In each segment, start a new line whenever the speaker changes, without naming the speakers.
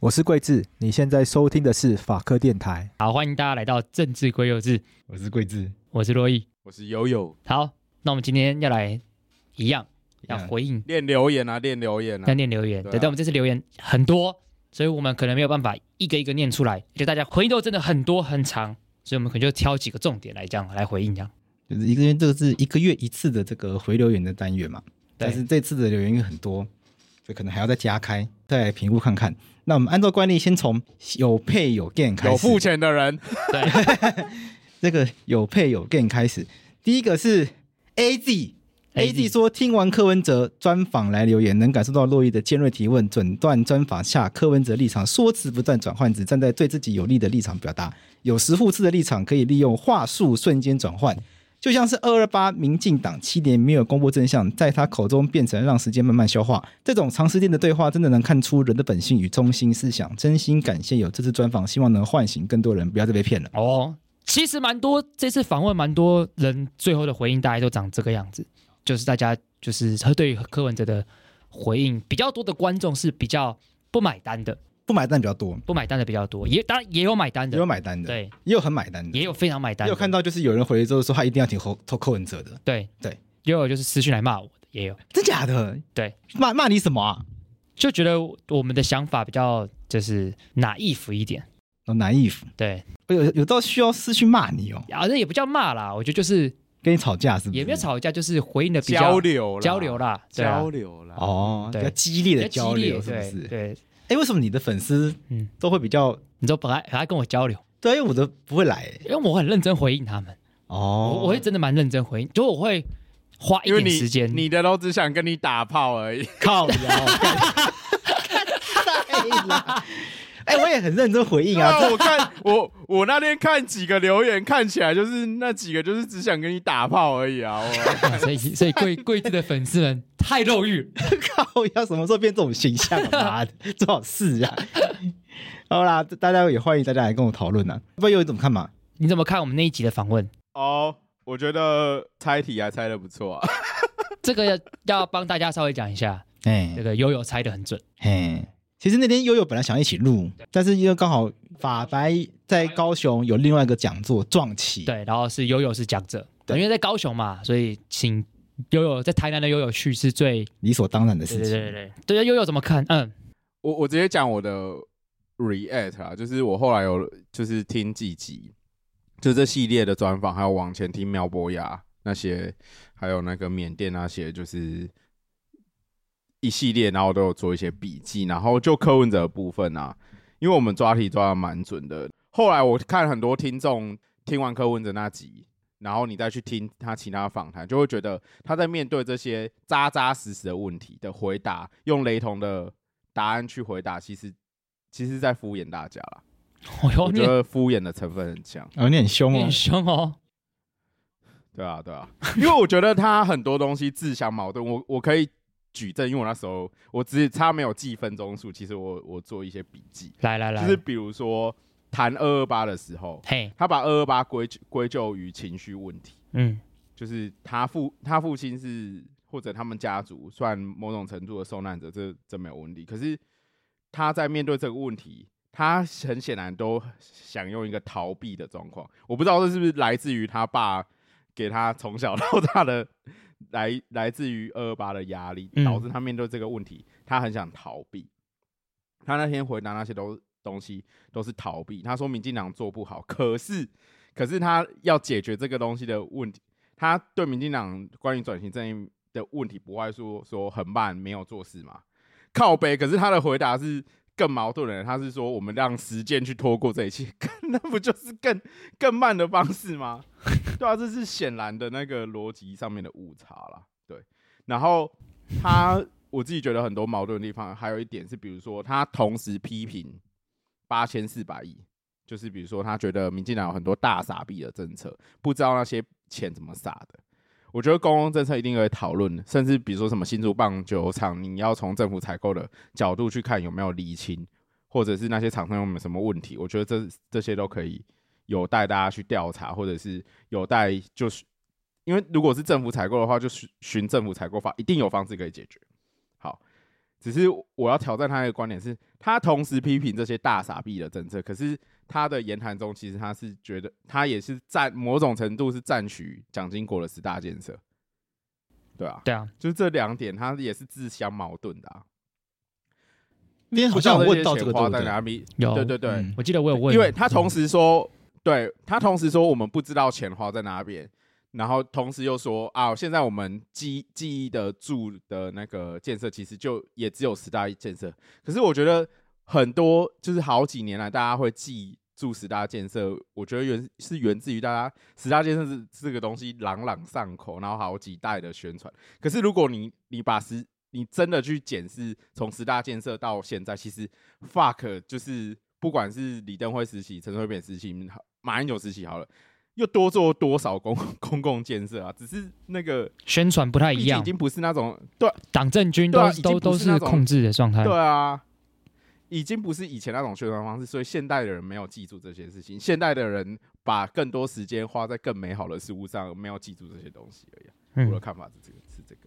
我是桂智，你现在收听的是法科电台。
好，欢迎大家来到政治归幼稚，
我是桂智，
我是洛毅。
我是悠悠，
好，那我们今天要来一样要
样
回应
练留言啊，练留言
要
啊，
念留言，
对啊
对，但我们这次留言很多，所以我们可能没有办法一个一个念出来，而且大家回应都真的很多很长，所以我们可能就挑几个重点来这样来回应这样。
就是一个月，这个是一个月一次的这个回留言的单元嘛。
对
但是这次的留言因为很多，所以可能还要再加开，再来评估看看。那我们按照惯例，先从有配有 gain 开始。
有付钱的人，
对，
这个有配有 gain 开始。第一个是 A Z。A Z 说，听完柯文哲专访来留言，能感受到洛伊的尖锐提问、诊断专访下柯文哲立场，说辞不断转换，只站在对自己有利的立场表达，有时复制的立场可以利用话术瞬间转换，就像是二二八民进党七年没有公布真相，在他口中变成让时间慢慢消化。这种长时间的对话，真的能看出人的本性与中心思想。真心感谢有这次专访，希望能唤醒更多人，不要再被骗了。
哦，其实蛮多这次访问蛮多人最后的回应大概都长这个样子，就是大家就是他对于柯文哲的回应比较多的观众是比较不买单的，
不买单比较多，
不买单的比较多，也当然也有买单
也
的，
有买单的，
对，
也有很买单的，
也有非常买单
也
的，
有看到，就是有人回之后说他一定要挺侯投柯文哲的，
对
对，
也有就是私讯来骂我的，也有
真假的？
对，
骂骂你什么啊？
就觉得我们的想法比较就是哪一服一点，
哦，拿衣服，
对，
哎有有到需要私讯骂你哦，
啊，那也不叫骂啦，我觉得就是
跟你吵架是不是？
也没有吵架，就是回应的比较
交流啦
交流，啦，对啊
交流啦，
哦，比
对
较激烈的
比较
交
激烈
流是不
对
是？
对，
哎，为什么你的粉丝
嗯
都会比较？
你都本来本来跟我交流，
对，哎因为我的不会来
因为我很认真回应他们，
哦
我我会真的蛮认真回应，就我会花一
因为
点
你
时间，
你的都只想跟你打炮而已，
靠 腰。 哎、我也很认真回应
哦
啊，
那我看我我那天看几个留言，看起来就是那几个就是只想跟你打炮而已啊，我
啊 所以所以贵贵子的粉丝们太肉欲了，
靠要什么时候变这种形象啊？妈的，做好事啊！好啦，大家也欢迎大家来跟我讨论啊，不然有怎么看嘛？
你怎么看我们那一集的访问？
哦。我觉得猜题还猜的不错啊，
这个要要帮大家稍微讲一下，
哎、
这个悠悠猜的很准，
嘿，其实那天悠悠本来想一起录，但是因为刚好法白在高雄有另外一个讲座撞期，
对，然后是悠悠是讲者，
对
因为在高雄嘛，所以请悠悠在台南的悠悠去是最
理所当然的
对
事
对
情。
对对对，对悠悠怎么看？嗯，
我我直接讲我的 react 啊，就是我后来有就是听几集，就这系列的专访，还有往前听苗博雅那些，还有那个缅甸那些，就是一系列，然后都有做一些笔记，然后就柯文哲的部分啊，因为我们抓题抓的蛮准的。后来我看很多听众听完柯文哲那集，然后你再去听他其他访谈，就会觉得他在面对这些扎扎实实的问题的回答，用雷同的答案去回答，其实其实在敷衍大家啦。
我有
我
哦
觉
你
得敷衍的成分很强，
哦，你很凶
你
哦
很，凶哦，
对啊，对啊，因为我觉得他很多东西自相矛盾。我我可以举证，因为我那时候我只差没有记分钟数，其实我我做一些笔记，
来来
就
来，
是比如说谈二二八的时候，
嘿，
他把二二八归归咎于情绪问题，
嗯，
就是他父他父亲是或者他们家族算某种程度的受难者，这这没有问题。可是他在面对这个问题，他很显然都想用一个逃避的状况。我不知道这是不是来自于他爸给他从小到大的来 来自于二二八的压力，
嗯
导致他面对这个问题，他很想逃避。他那天回答那些都东西都是逃避。他说民进党做不好，可是可是他要解决这个东西的问题，他对民进党关于转型正义的问题不外说说很慢，没有做事嘛，靠背。可是他的回答是更矛盾的，他是说我们让时间去拖过这一切， 那不就是更更慢的方式吗？ 对啊，这是显然的那个逻辑上面的误差啦。对，然后他我自己觉得很多矛盾的地方，还有一点是，比如说他同时批评八千四百亿，就是比如说他觉得民进党有很多大傻逼的政策，不知道那些钱怎么撒的。我觉得公共政策一定会讨论，甚至比如说什么新竹棒球场，你要从政府采购的角度去看有没有厘清，或者是那些厂商有没有什么问题。我觉得这这些都可以有待大家去调查，或者是有待就是因为如果是政府采购的话，就循循政府采购法，一定有方式可以解决。好，只是我要挑战他的观点是，他同时批评这些大傻逼的政策，可是他的言谈中其实他是觉得他也是占某种程度是赞许蒋经国的十大建设，对啊，
对啊，
就是这两点他也是自相矛盾的、啊。
那天好像有问到这个，对
花
不
在
对？
哪里？
有
对对对，
嗯
我记得我有问，嗯
因为他同时说，对他同时说我们不知道钱花在哪边，然后同时又说啊，现在我们记记忆的住的那个建设，其实就也只有十大建设。可是我觉得很多就是好几年来大家会记住十大建设，我觉得源是源自于大家十大建设是这个东西朗朗上口，然后好几代的宣传。可是如果你你把十你真的去检视从十大建设到现在，其实 fuck 就是不管是李登辉时期、陈水扁时期、马英九时期好了，又多做多少公 公共建设啊？只是那个
宣传不太
毕
哎一
竟已
样，
经不是那种对
党政军
对
都
啊
是
已
都
经
都
不是那
是
种
控制的状态，
对啊，已经不是以前那种宣传方式，所以现代的人没有记住这些事情，现代的人把更多时间花在更美好的事物上，没有记住这些东西而已啊。我的
嗯，
看法是这个，是这个。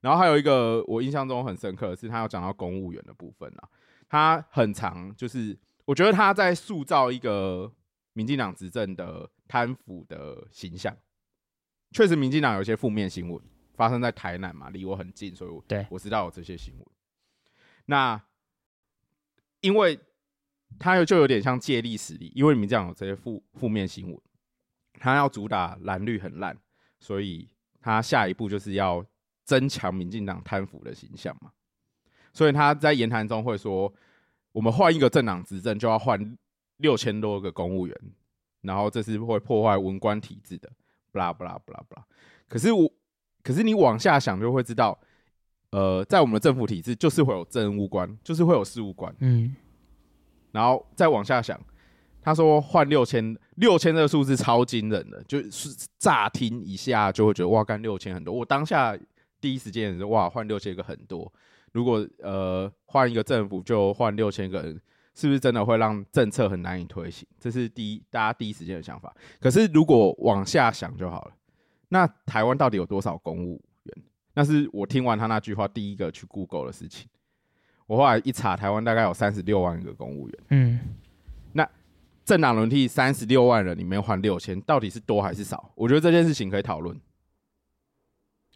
然后还有一个我印象中很深刻的是，他有讲到公务员的部分啊，他很长，就是我觉得他在塑造一个民进党执政的贪腐的形象。确实，民进党有一些负面新闻发生在台南嘛，离我很近，所以我
对
我知道有这些新闻。那因为他有就有点像借力使力，因为民进党有这些负负面新闻，他要主打蓝绿很烂，所以他下一步就是要增强民进党贪腐的形象嘛。所以他在言谈中会说，我们换一个政党执政就要换六千多个公务员，然后这是会破坏文官体制的，不啦不啦不啦不啦。可是我，可是你往下想就会知道，呃，在我们的政府体制就是会有政务官，就是会有事务官，
嗯，
然后再往下想，他说换六千，六千这个数字超惊人的，就是乍听一下就会觉得哇，干六千很多。我当下第一时间也是哇，换六千个很多。如果呃换一个政府就呃换六千个人，是不是真的会让政策很难以推行？这是第一大家第一时间的想法。可是如果往下想就好了，那台湾到底有多少公务员？那是我听完他那句话第一个去 Google 的事情。我后来一查，台湾大概有三十六万个公务员。
嗯，
政党轮替三十六万人里面换六千，到底是多还是少？我觉得这件事情可以讨论。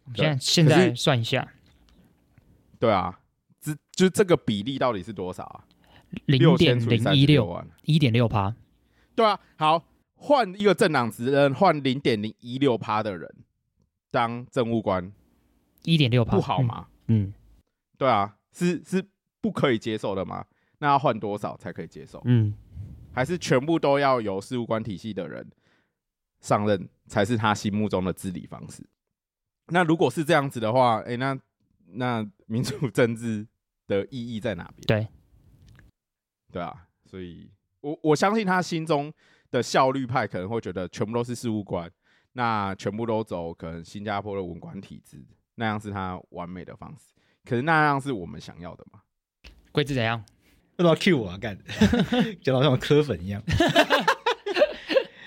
我们现在现
可是
在算一下，
对啊，这就这个比例到底是多少啊？
零
六
点
千除以
零
三
一
十六
六，
啊万，
一点六趴，
对啊。好，换一个政党职任，换零点零一六趴的人当政务官，
一点六趴，
不好
嗯？
吗？
嗯
对啊，是是不可以接受的吗？那要换多少才可以接受？
嗯，
还是全部都要由事务官体系的人上任，才是他心目中的治理方式。那如果是这样子的话，诶，那那民主政治的意义在哪边？
对，
对啊，所以我我相信他心中的效率派可能会觉得全部都是事务官，那全部都走可能新加坡的文官体制，那样是他完美的方式。可是那样是我们想要的吗？
贵子怎样？
要不要 Q 我啊？ 干，讲得好像我磕粉一样。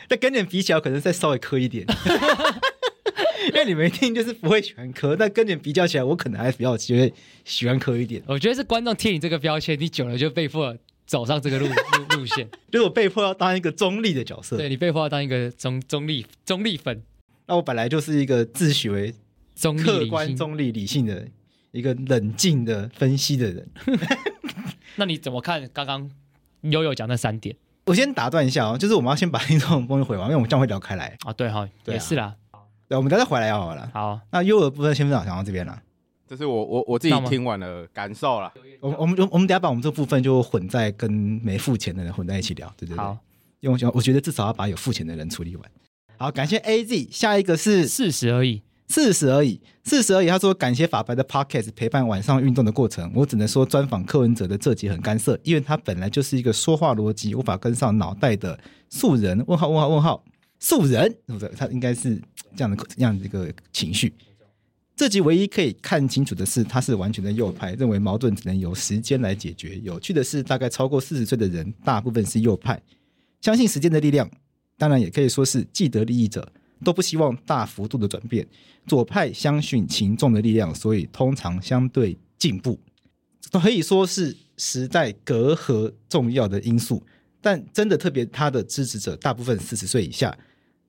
但跟你们比起来，我可能再稍微磕一 点，因为你们一定就是不会喜欢磕，但跟你们比较起来，我可能还比较觉得喜欢磕一点。
我觉得是观众贴你这个标签，你久了就被迫走上 这个路路路线，
就是我被迫要当一个中立的角色。
对你被迫要当一个中中立中立粉，
那我本来就是一个自诩为
中立
客
理
观、
性
中立、理性的一个冷静的分析的人。
那你怎么看刚刚悠悠讲那三点
我先打断一下哦，就是我们要先把 听众朋友回完，因为我们这样会聊开来。
啊？对哈、
对啊
也是啦。
对，我们等一下再回来好了。
好，
那优的部分先讲到这边了。
这是我我我自己
那么
听完了感受啦。
我我们我们等一下把我们这部分就混在跟没付钱的人混在一起聊，对对对
好。，
因为我觉得我觉得至少要把有付钱的人处理完。好，感谢 A Z。下一个是
事实而已。
四十而已，四十而已。他说感谢法白的 podcast 陪伴晚上运动的过程。我只能说专访柯文哲的这集很干涉，因为他本来就是一个说话逻辑无法跟上脑袋的素人。问号问号问号素人，对不对？他应该是这样的这样的一个情绪。这集唯一可以看清楚的是，他是完全的右派，认为矛盾只能由时间来解决。有趣的是，大概超过四十岁的人，大部分是右派，相信时间的力量。当然，也可以说是既得利益者都不希望大幅度的转变。左派相信群众的力量，所以通常相对进步，都可以说是时代隔阂重要的因素。但真的特别，他的支持者大部分四十岁以下。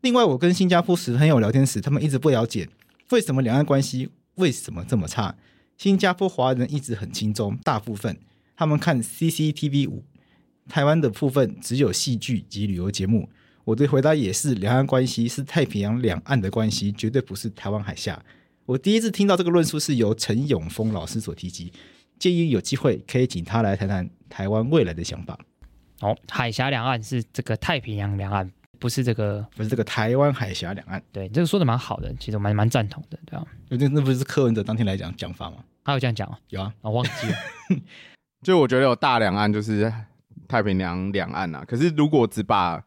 另外，我跟新加坡时朋友聊天时，他们一直不了解为什么两岸关系为什么这么差。新加坡华人一直很轻松，大部分他们看 CCTV 五，台湾的部分只有戏剧及旅游节目。我的回答也是，两岸关系是太平洋两岸的关系，绝对不是台湾海峡。我第一次听到这个论述是由陈永峰老师所提及，建议有机会可以请他来谈谈台湾未来的想法，
哦，海峡两岸是这个太平洋两岸，不是这个
不是这个台湾海峡两岸，
对，这个说的蛮好的，其实我蛮蛮赞同的，对啊。
那那不是柯文哲当天来讲讲法吗？
还有这样讲哦，
有啊，
啊、忘记 了，
就我觉得有大两岸就是太平洋两岸啊，可是如果只把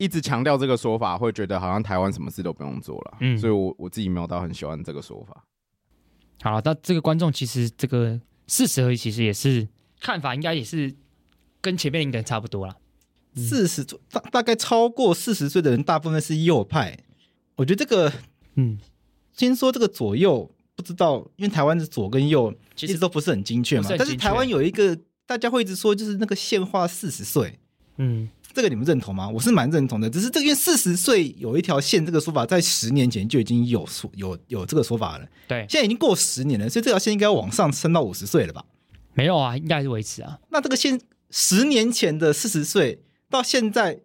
一直强调这个说法，会觉得好像台湾什么事都不用做了，
嗯
所以我我自己没有到很喜欢这个说法。
好了，那这个观众其实这个事实而已，其实也是看法，应该也是跟前面一个人差不多啦。嗯
四十大大概超过四十岁的人，大部分是右派。我觉得这个
嗯，
先说这个左右不知道，因为台湾的左跟右其
其实
实都不是很精确嘛。
不是很
但是
精确
台湾有一个大家会一直说，就是那个现化四十岁，
嗯，
这个你们认同吗？我是蛮认同的，只是这个因为四十岁有一条线这个说法，在十年前就已经有说有有这个说法了，
对，
现在已经过十年了，所以这条线应该要往上升到五十岁了吧？
没有啊，应该还是维持啊。
那这个线十年前的四十岁到现在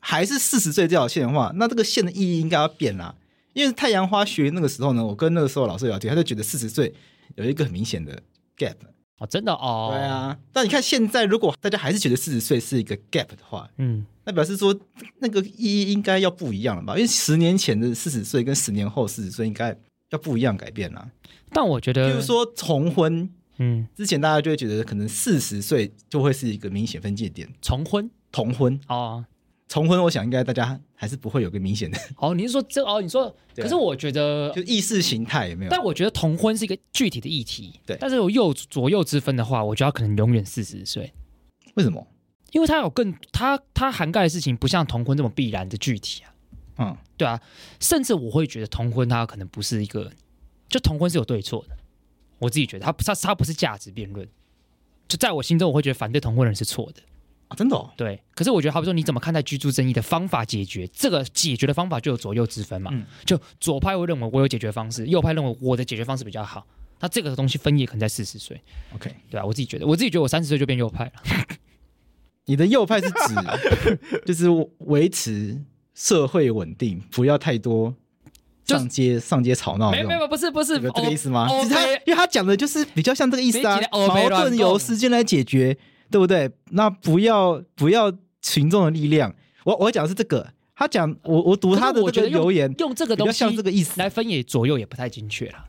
还是四十岁这条线的话，那这个线的意义应该要变啦、因为太阳花学那个时候呢，我跟那个时候老师聊天，他就觉得四十岁有一个很明显的 gap。
哦，真的哦，
对，啊，但你看现在，如果大家还是觉得四十岁是一个 gap 的话，
嗯，
那表示说那个意义应该要不一样了吧？因为十年前的四十岁跟十年后四十岁应该要不一样改变啦。
但我觉
比
得，
如，说重婚
嗯，
之前，大家就会觉得可能四十岁就会是一个明显分界点。
重婚
同婚，
哦，
重婚，我想应该大家还是不会有个明显的，
哦，你是说这哦？你说，
对啊
可是我觉得
就，意识形态有没有？
但我觉得同婚是一个具体的议题，
对
但是有右左右之分的话，我觉得他可能永远四十岁，
为什么？
因为它有更它它涵盖的事情不像同婚这么必然的具体啊，
嗯，
对啊，甚至我会觉得同婚它可能不是一个，就同婚是有对错的，我自己觉得它不它它不是价值辩论，就在我心中我会觉得反对同婚的人是错的，
啊，真的、哦，
对，可是我觉得好比说你怎么看待居住争议的方法解决，这个解决的方法就有左右之分嘛，
嗯
就左派会认为我有解决方式，右派认为我的解决方式比较好，那这个东西分野可能在四十岁，
，OK，
对啊，我自己觉得我自己觉得我三十岁就变右派了，
你的右派是指 就是维持社会稳定，不要太多
就是
上街上街吵闹
没
这
有
种
没。有不是不是
哦这个这个
哦
意思吗？
哦
其实他
没
因为他讲的就是比较像这个意思啊
没几个，欧
矛
北乱
盾
共
由时间来解决，对不对？那不要不要群众的力量。我我讲的是这个，他讲我我读
可是
他的
我
这
觉得
个
用
留言，
用这个
比较
东西
像这个意思。
来分野左右也不太精确啦。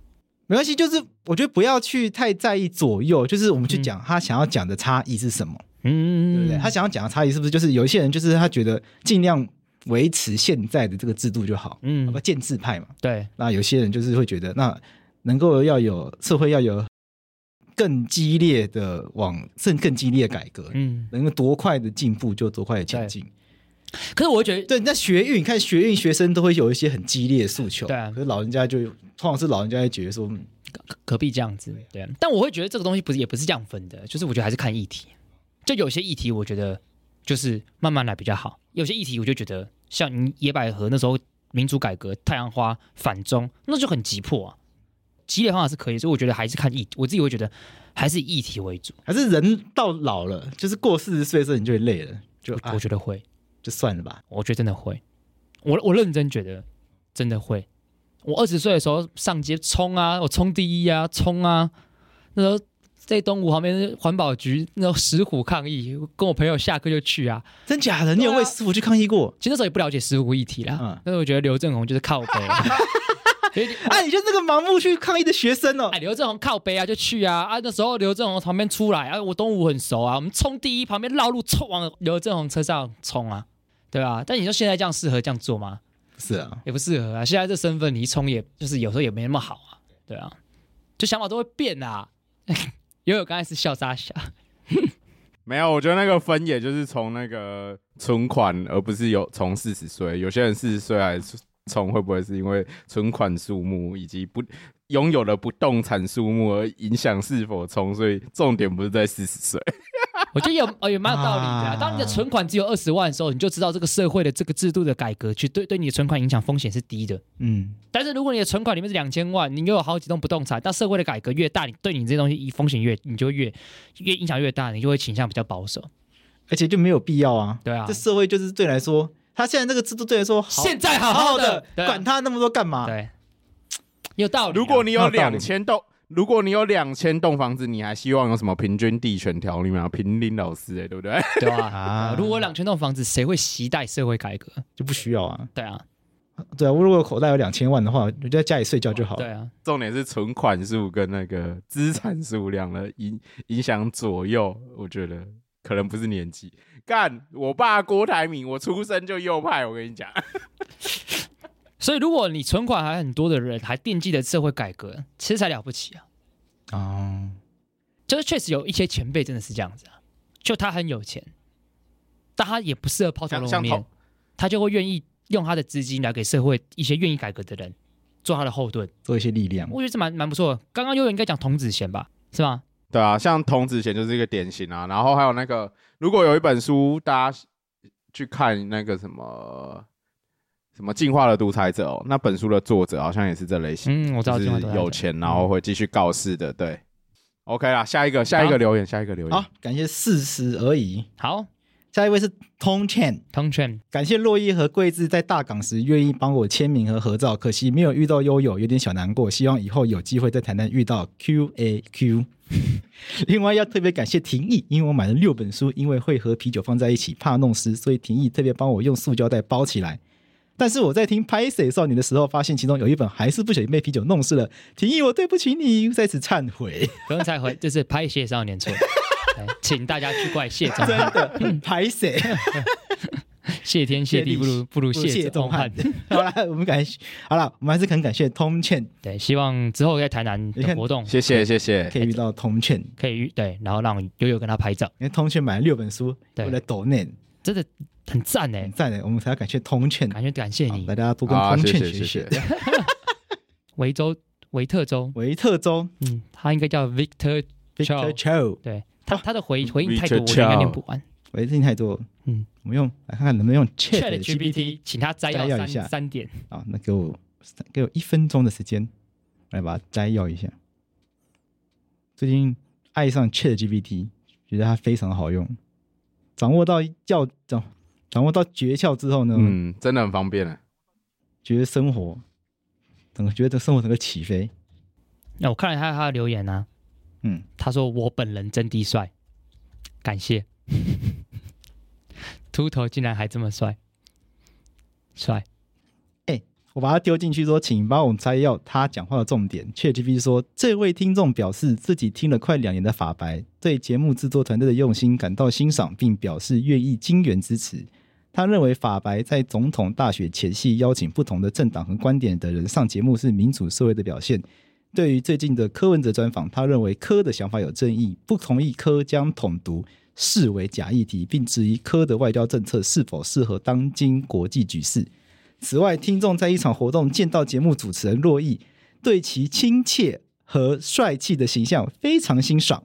没关系，就是我觉得不要去太在意左右，就是我们去讲他想要讲的差异是什么，
嗯，
对不对？他想要讲的差异是不是就是有一些人就是他觉得尽量维持现在的这个制度就好，
嗯
嗯，建制派嘛。
对，
那有些人就是会觉得，那能够要有社会要有更激烈的往甚更激烈的改革，
嗯，
能够多快的进步就多快的前进。
可是我会觉得，
对，那学运，你看学运学生都会有一些很激烈的诉求，
对啊
可是老人家就通常是老人家会觉得说，嗯
可可必这样子，对。啊但我会觉得这个东西不是也不是这样分的，就是我觉得还是看议题。就有些议题，我觉得就是慢慢来比较好；有些议题，我就觉得像你野百合那时候民主改革、太阳花、反中，那就很急迫啊。激烈方法是可以，所以我觉得还是看议，我自己会觉得还是以议题为主。
还是人到老了，就是过四十岁的时候你就会累了，就
我
啊
我觉得会，
就算了吧。
我觉得真的会，我我认真觉得真的会。我二十岁的时候上街冲啊，我冲第一啊，冲啊！那时候在东湖旁边环保局那时候石虎抗议，跟我朋友下课就去啊。
真假的？你有为师傅去抗议过？
其实那时候也不了解石虎议题啦，
嗯
啊但是我觉得刘正宏就是靠北，所以
啊，你就是那个盲目去抗议的学生哦
哎，。刘正宏靠背啊，就去啊啊！那时候刘正宏旁边出来啊，我东吴很熟啊，我们冲第一，旁边绕路冲往刘正宏车上冲啊，对吧、但你说现在这样适合这样做吗？
是啊，
也不适合啊。现在这身份你一冲也，就是有时候也没那么好啊，对啊，就想法都会变啊。 因为我刚才是笑沙侠，
没有，我觉得那个分野就是从那个存款，而不是有从四十岁。有些人四十岁还从会不会是因为存款数目以及不拥有的不动产数目而影响是否从？所以重点不是在四十岁。
我觉得有呃也蛮有道理的、啊。
啊
当你的存款只有二十万的时候，你就知道这个社会的这个制度的改革，去对对你的存款影响风险是低的。
嗯，
但是如果你的存款里面是两千万，你又有好几栋不动产，那社会的改革越大，你对你这些东西风险越，你就会越越影响越大，你就会倾向比较保守。
而且就没有必要啊。
对啊
这社会就是对你来说，他现在这个制度对你来说好，
现在好
好
好的
的，
对啊
管他那么多干嘛？
对，啊有道理啊。
如果你有
那有道理
两千栋，如果你有两千栋房子，你还希望有什么平均地权条例吗？平林老师、欸，对不对？
对吧、
啊
如果有两千栋房子，谁会携带社会改革？
就不需要啊。
对啊，
对啊，我如果口袋有两千万的话，我就在家里睡觉就好了。
对啊，
重点是存款数跟那个资产数量的影影响左右，我觉得可能不是年纪。干，我爸郭台铭，我出生就右派，我跟你讲，
所以如果你存款还很多的人，还惦记着社会改革，其实才了不起啊。
哦，
就是确实有一些前辈真的是这样子啊，就他很有钱，但他也不适合抛头
像
露
像
面
头，
他就会愿意用他的资金来给社会一些愿意改革的人做他的后盾，
做一些力量。
我觉得这蛮蛮不错的。刚刚悠悠应该讲童子贤吧，是吧？
对啊，像童子贤就是一个典型啊。然后还有那个，如果有一本书大家去看那个什么什么《进化的独裁者》哦，那本书的作者好像也是这类型，
嗯，我知道，
就
今晚
是
都在
有
讲
钱然后
嗯
会继续告示的。对，OK 啦，下一个下一个留言，下一个留言。
好，感谢四十而已。
好，
下一位是 Tong Chen，
同圈
感谢洛伊和桂子在大港时愿意帮我签名和合照，可惜没有遇到悠悠，有点小难过。希望以后有机会在台南遇到 Q A Q。另外要特别感谢廷义，因为我买了六本书，因为会和啤酒放在一起怕弄湿，所以廷义特别帮我用塑胶袋包起来。但是我在听《拍谁少女》的时候，发现其中有一本还是不小心被啤酒弄湿了。廷义，我对不起你，在此忏悔。
不用再回，这是拍谢少 年错，对请大家去怪谢总
真，的，嗯拍谁？
谢天谢地不如 不如谢
东
宗汉。。
好啦，我们感谢，好啦，我们还是很感谢通券，
对，希望之后在台南
你
的
看
活动
谢谢谢谢
可，以遇到通券，
可以遇对，然后让悠悠跟他拍照，
因为通券买了六本书，
对
为了抖内，
真的很赞哎
很，赞欸的，我们才要感谢通券，
感觉感谢
嗯好
你
大。家多跟
啊
通券
谢谢
学
谢
学
谢。
维州维特州，
维特州
嗯，他应该叫 Victor，Ciao
Victor 哦 Cho，
对他他的回回应
Victor
太多，我应该
Chow
念不完。
维特太多，
嗯
嗯，我们用来看看能不能用
Chat
Chat
GPT，请他摘
摘
要
要
三
一下
三点。
啊，那给我给我一分钟的时间，我来把它摘要一下。最近爱上 Chat GPT，觉得它非常好用，掌握到要掌掌握到诀窍之后呢，
嗯，真的很方便啊。
觉得生活整个觉得生活整个起飞，
那我看了一下他的留言啊，
嗯，
他说我本人真的帅，感谢。 秃头竟然还这么帅，帅。
我把它丢进去说，请帮我摘要他讲话的重点。ChatGPT 说，这位听众表示自己听了快两年的法白，对节目制作团队的用心感到欣赏，并表示愿意金援支持。他认为法白在总统大选前夕邀请不同的政党和观点的人上节目是民主社会的表现。对于最近的柯文哲专访，他认为柯的想法有争议，不同意柯将统独视为假议题，并质疑柯的外交政策是否适合当今国际局势。此外，听众在一场活动见到节目主持人洛毅，对其亲切和帅气的形象非常欣赏。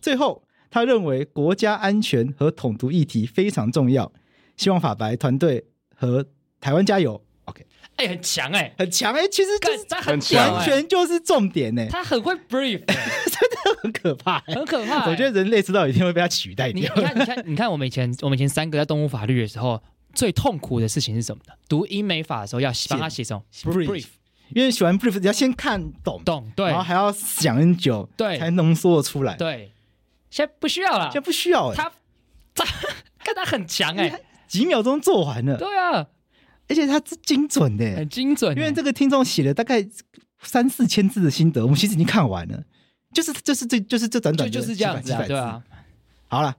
最后，他认为国家安全和统独议题非常重要，希望法白团队和台湾加油。OK，
哎、很强哎、
很强哎、其实
干
这
他很
很
强、
强
哎
完全就是重点 呢、
他很会 brief，哎、
很可怕、欸。
很可怕、哎
我觉得人类迟早有一天会被他取代
你
掉
你。看，你 看，你看，我们以前我们以前三个在动物法律的时候，最痛苦的事情是什么呢？读英美法的时候要帮他写什么
brief 因为喜欢 brief，你要先看懂，
懂对
然后还要想很久，
对
才浓缩出来。，
对，现在不需要了
现在。不需要、欸，
他他看他很强哎、
几秒钟做完了。
对啊，
而且它是精准的、
很精准欸，
因为这个听众写了大概三四千字的心得，我们其实已经看完了，就是就是这就是这短
就
短
就是
的
这样
几
子
百
啊，
几百字
对啊，
好了，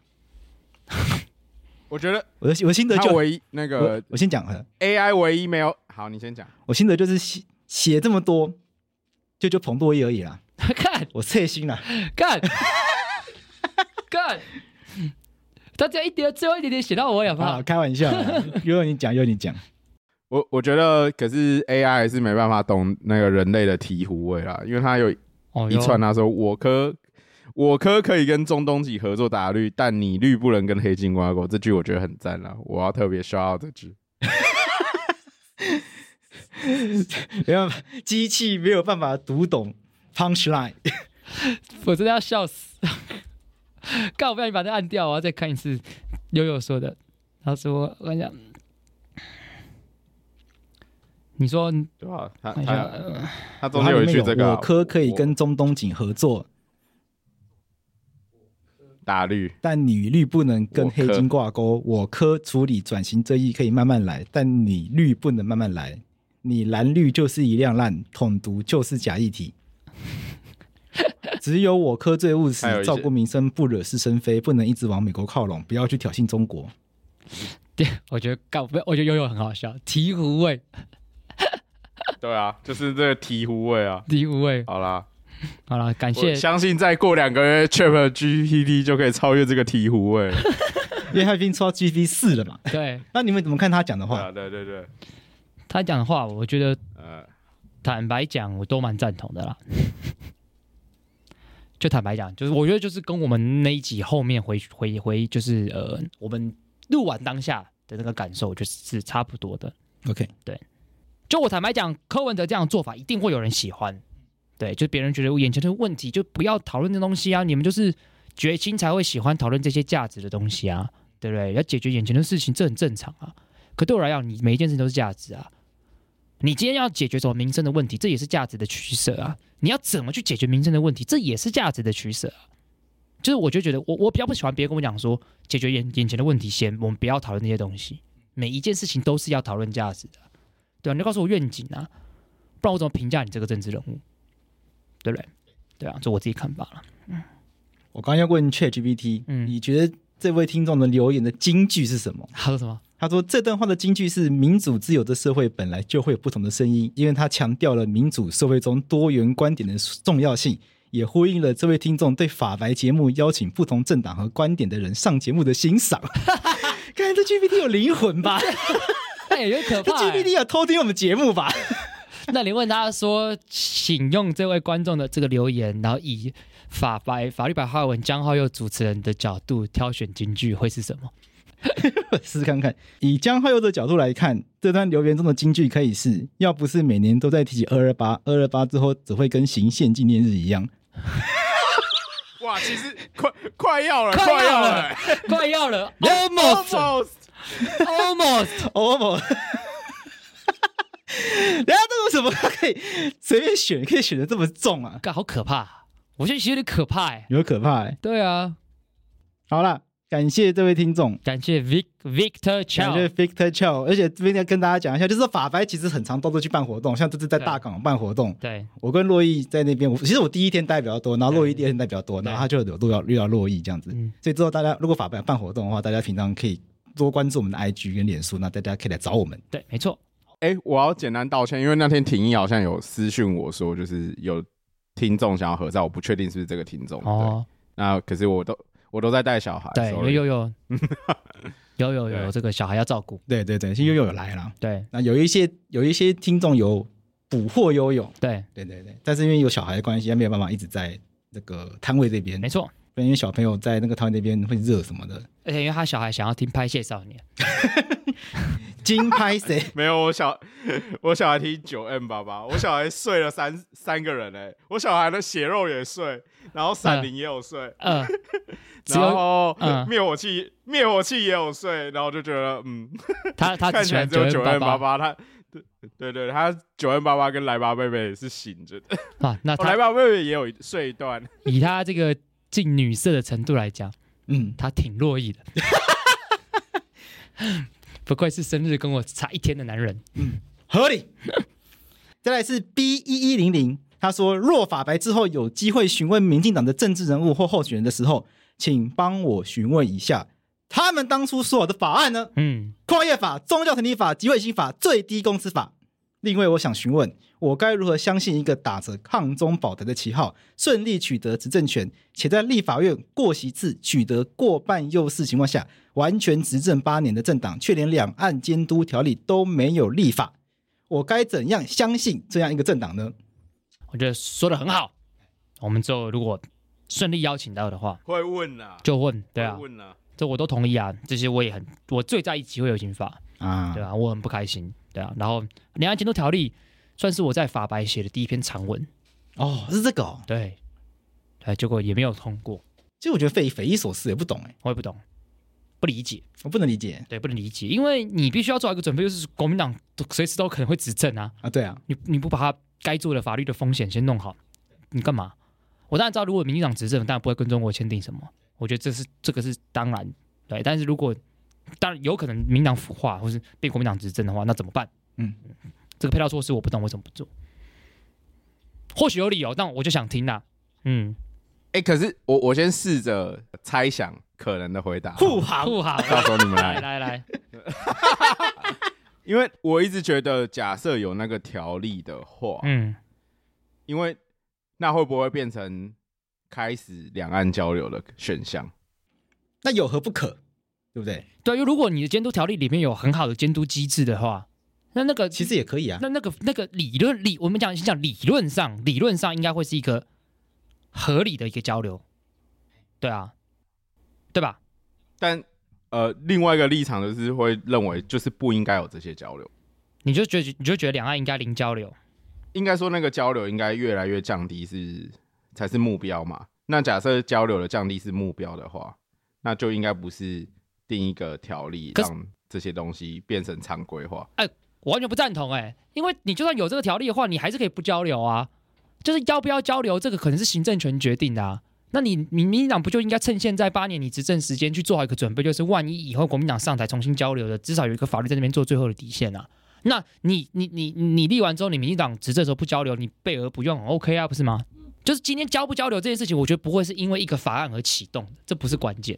我觉得
我的我的心得
他
就
唯一那
我
个
我先讲了，
AI 唯一没有好，你先讲。
我心得就是写写这么多，就就彭多一而已啦，
干
我测心啦，
干干，他只要一点，最后一点点写到我也不
啊，
好？
开玩笑啦，由你讲由你讲，
我我觉得，可是 AI 还是没办法懂那个人类的醍醐味啦，因为他有一
哦
串，他说我科我科可以跟中东籍合作打绿，但你绿不能跟黑金挂钩。这句我觉得很赞啦，我要特别 shout out 这句。
没办法，机器没有办法读懂 punch line，
我真的要笑死！干，我不小心把它按掉，我要再看一次。悠悠说的，他说：“我跟你讲，你说，
对啊，他
看一下，
他
呃
他中间有一句这个啊，
我科可以
我
跟中东锦合作，
打绿，
但你绿不能跟
我
黑
科
金挂钩。我科处理转型正义可以慢慢来，但你绿不能慢慢来。你蓝绿就是一辆烂，统独就是假议题。只有我科最务实
还有，一些
照顾民生，不惹是生非，不能一直往美国靠拢，不要去挑衅中国。
对，我觉得干，我不我觉得悠悠很好笑，醍醐味，
对啊，就是这个醍醐味啊。
醍醐味。
好啦，
好了，感
我
谢
相信再过两个月，Chat GPT 就可以超越这个醍醐味了。
因为他已经说 G V 四了嘛，
对
那你们怎么看他讲的
对
话？
啊，对对对，
他讲的话，我觉得
呃，
坦白讲，我都蛮赞同的啦。就坦白讲，就是我觉得就是跟我们那一集后面回回回，就是呃，我们录完当下的那个感受，就是是差不多的。
OK
对。就我坦白讲，柯文哲这样的做法一定会有人喜欢，对，就别人觉得我眼前的问题就不要讨论这东西啊，你们就是决心才会喜欢讨论这些价值的东西啊，对不对？要解决眼前的事情，这很正常啊。可对我来讲，你每一件事情都是价值啊，你今天要解决什么民生的问题，这也是价值的取舍啊。你要怎么去解决民生的问题，这也是价值的取舍啊。就是我就觉得我我比较不喜欢别人跟我讲说，解决眼眼前的问题先，我们不要讨论那些东西。每一件事情都是要讨论价值的，对啊，你就告诉我愿景啊，不然我怎么评价你这个政治人物？对不对？对啊，这我自己看法了。
我刚刚要问 Chat GPT，、
嗯
你觉得这位听众的留言的金句是什么？
他说什么？
他说这段话的金句是：民主自由的社会本来就会有不同的声音，因为他强调了民主社会中多元观点的重要性，也呼应了这位听众对法白节目邀请不同政党和观点的人上节目的欣赏。看来这 GPT 有灵魂吧？
哎、有点可
这
怕、欸。
GPT 有偷听我们节目吧？
那你问他说，请用这位观众的这个留言，然后以法白法律白话文江浩佑主持人的角度挑选金句会是什么？
试试看看。以江浩佑的角度来看，这段留言中的金句可以是：要不是每年都在提起二二八，二二八之后只会跟行宪纪念日一样。
哇，其实快快要了，
快要
要
了
了
快要了
，almost。
，almost，
哦不， 然后那为什么他可以随便选，可以选的这么重啊？
干好可怕、我觉得其实有点可怕哎、
有可怕、欸。
对啊，
好啦，感谢这位听众，
感谢 Vic Victor
感谢
Chow，
Victor Chow，而且这边要跟大家讲一下，就是说法白其实很常到处去办活动，像这次在大港办活动，
对
我跟洛毅在那边，我其实我第一天待比较多，然后洛毅第二天待比较多，然后他就有遇到遇到洛毅这样子
嗯，
所以之后大家如果法白办活动的话，大家平常可以多关注我们的 IG 跟脸书，那大家可以来找我们。
对，没错，
哎、我要简单道歉，因为那天婷宜好像有私讯我说，就是有听众想要合照，我不确定是不是这个听众。哦，
哦，
那可是我都我都在带小孩，
对，有
sorry
有 有有有有
对
这个小孩要照顾，
对对对，现在又有来了，
对
那有一些有一些听众有捕获游泳，
对，
对对对，但是因为有小孩的关系，他没有办法一直在那个摊位这边
没，错，
不然因为小朋友在那个摊位那边会热什么的。
而且因为他小孩想要听拍谢少年，
金拍 谁？
没有我小我小孩听九 M 爸爸，我小孩睡了三 三个人哎、我小孩的血肉也睡，然后闪灵也有睡，
嗯、 呃，只
然
有
后
嗯
灭火器灭火器也有睡，然后我就觉得嗯，
他他
看
只喜
起来
欢
只有九
九 N
八
八八
八，他对对对，他九 N 八八跟来吧贝贝也是醒着的，
啊，那
哦、
他
来吧贝贝也有一睡一段，
以他这个近女色的程度来讲，
嗯，
他挺落意的。不愧是生日跟我差一天的男人。
合理。 再来是 B 一一零零，他说若法白之后有机会询问民进党的政治人物或候选人的时候，请帮我询问一下，他们当初所有的法案呢？
嗯，
矿业法、宗教成立法、集会新法、最低工资法。另外，我想询问，我该如何相信一个打着抗中保台的旗号，顺利取得执政权，且在立法院过席次取得过半优势情况下，完全执政八年的政党，却连两岸监督条例都没有立法？我该怎样相信这样一个政党呢？
我觉得说的很好。我们之后如果顺利邀请到的话，
会问啦，
就问，对啊
会，问啦，
这我都同意啊，这些我也很，我最在意集会游行法，
啊
对啊，我很不开心，对啊。然后《两岸监督条例》算是我在法白写的第一篇长文，
哦，是这个哦。
对，对，结果也没有通过，
其实我觉得匪匪夷所思，也不懂哎，
我也不懂，不理解，
我不能理解
对，不能理解，因为你必须要做好一个准备，就是国民党随时都可能会执政啊，
啊。对啊，
你你不把他该做的法律的风险先弄好，你干嘛？我当然知道，如果民进党执政，当然不会跟中国签订什么。我觉得这是这个是当然对，但是如果当然有可能民进党腐化，或是被国民党执政的话，那怎么办？
嗯，
这个配套措施我不懂为什么不做，或许有理由，哦但我就想听啦。嗯，
哎，可是我我先试着猜想可能的回答，
护航
不好，
到时候你们
来
来，
来来，
因为我一直觉得，假设有那个条例的话，
嗯，
因为那会不会变成开始两岸交流的选项？
那有何不可？对不对？
对，啊因为如果你的监督条例里面有很好的监督机制的话，那那个
其实也可以啊。
那那个那个理论理，我们讲先讲理论上，理论上应该会是一个合理的一个交流，对啊，对吧？
但呃，另外一个立场就是会认为，就是不应该有这些交流。
你就觉得你就觉得两岸应该零交流，
应该说那个交流应该越来越降低是才是目标嘛。那假设交流的降低是目标的话，那就应该不是定一个条例
可是
让这些东西变成常规化。
我完全不赞同哎、因为你就算有这个条例的话，你还是可以不交流啊，就是要不要交流这个可能是行政权决定的啊。那你你民进党不就应该趁现在八年你执政时间去做好一个准备，就是万一以后国民党上台重新交流的，至少有一个法律在那边做最后的底线啊。那你你你你立完之后，你民进党执政的时候不交流，你备而不用很 OK 啊，不是吗？就是今天交不交流这件事情，我觉得不会是因为一个法案而启动的，这不是关键。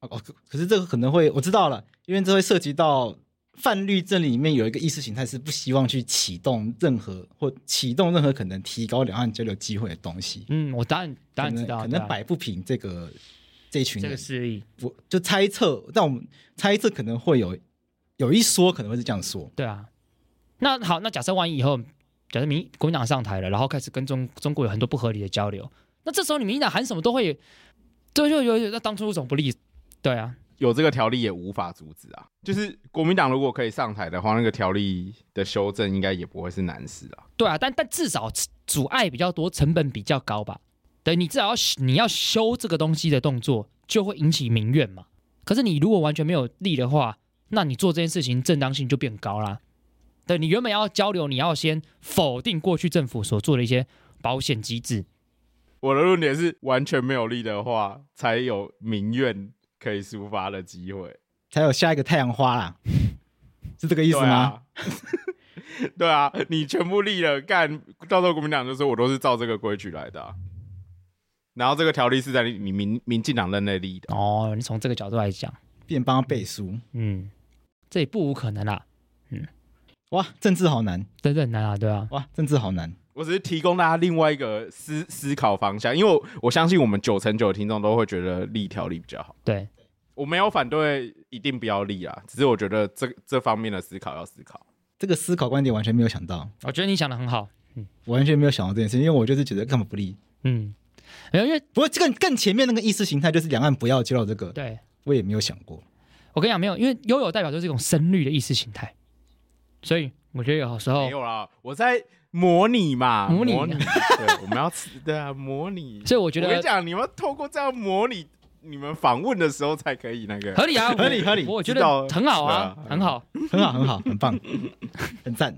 哦哦，可可是这个可能会我知道了，因为这会涉及到泛律政里面有一个意识形态是不希望去启动任何或启动任何可能提高两岸交流机会的东西，
嗯，我当然当然知道，
可能可
对啊
能摆不平这个这一群
这个
人，
势力，
我就猜测，但我们猜测可能会有有一说可能会是这样说，
对啊，那好，那假设万一以后，假设民国民党上台了，然后开始跟中中国有很多不合理的交流，那这时候你民进党喊什么都会，这就有有那当初为什么不立？对啊，
有这个条例也无法阻止啊。就是国民党如果可以上台的话，那个条例的修正应该也不会是难事啊。
对啊，但但至少阻碍比较多，成本比较高吧？对，你至少要你要修这个东西的动作，就会引起民怨嘛。可是你如果完全没有立的话，那你做这件事情正当性就变高啦。对你原本要交流，你要先否定过去政府所做的一些保险机制，
我的论点是，完全没有利的话，才有民怨可以抒发的机会。
才有下一个太阳花啦，是这个意思
对
吗？
啊 对啊，你全部立了，干到时候国民党就说我都是照这个规矩来的啊、然后这个条例是在你民民进党任内立的，啊
哦，你从这个角度来讲，
便帮他背书，
嗯，这也不无可能啦，
哇，政治好难，
真的很难啊，对啊，
哇，政治好难，
我只是提供大家另外一个思思考方向，因为我我相信我们九成九的听众都会觉得立条例比较好。
对，
我没有反对一定不要立啊，只是我觉得这这方面的思考要思考。
这个思考观点完全没有想到。
我觉得你想的很好，
我完全没有想到这件事，因为我就是觉得根本不利。
嗯，没有因为
不过更更前面那个意识形态就是两岸不要接到这个，
对
我也没有想过。
我跟你讲，没有，因为悠悠代表就是一种深绿的意识形态，所以我觉得有时候
没，有啦，我在模拟嘛，
哦模拟
拟，对，我们要吃对啊，模拟。
所以我觉
我跟
得
你讲，你们透过这样模拟，你们访问的时候才可以那个。
合理啊，我
合理合理
我觉
知道
得很好啊
对，啊
很好，
很好，很好，很棒，很赞。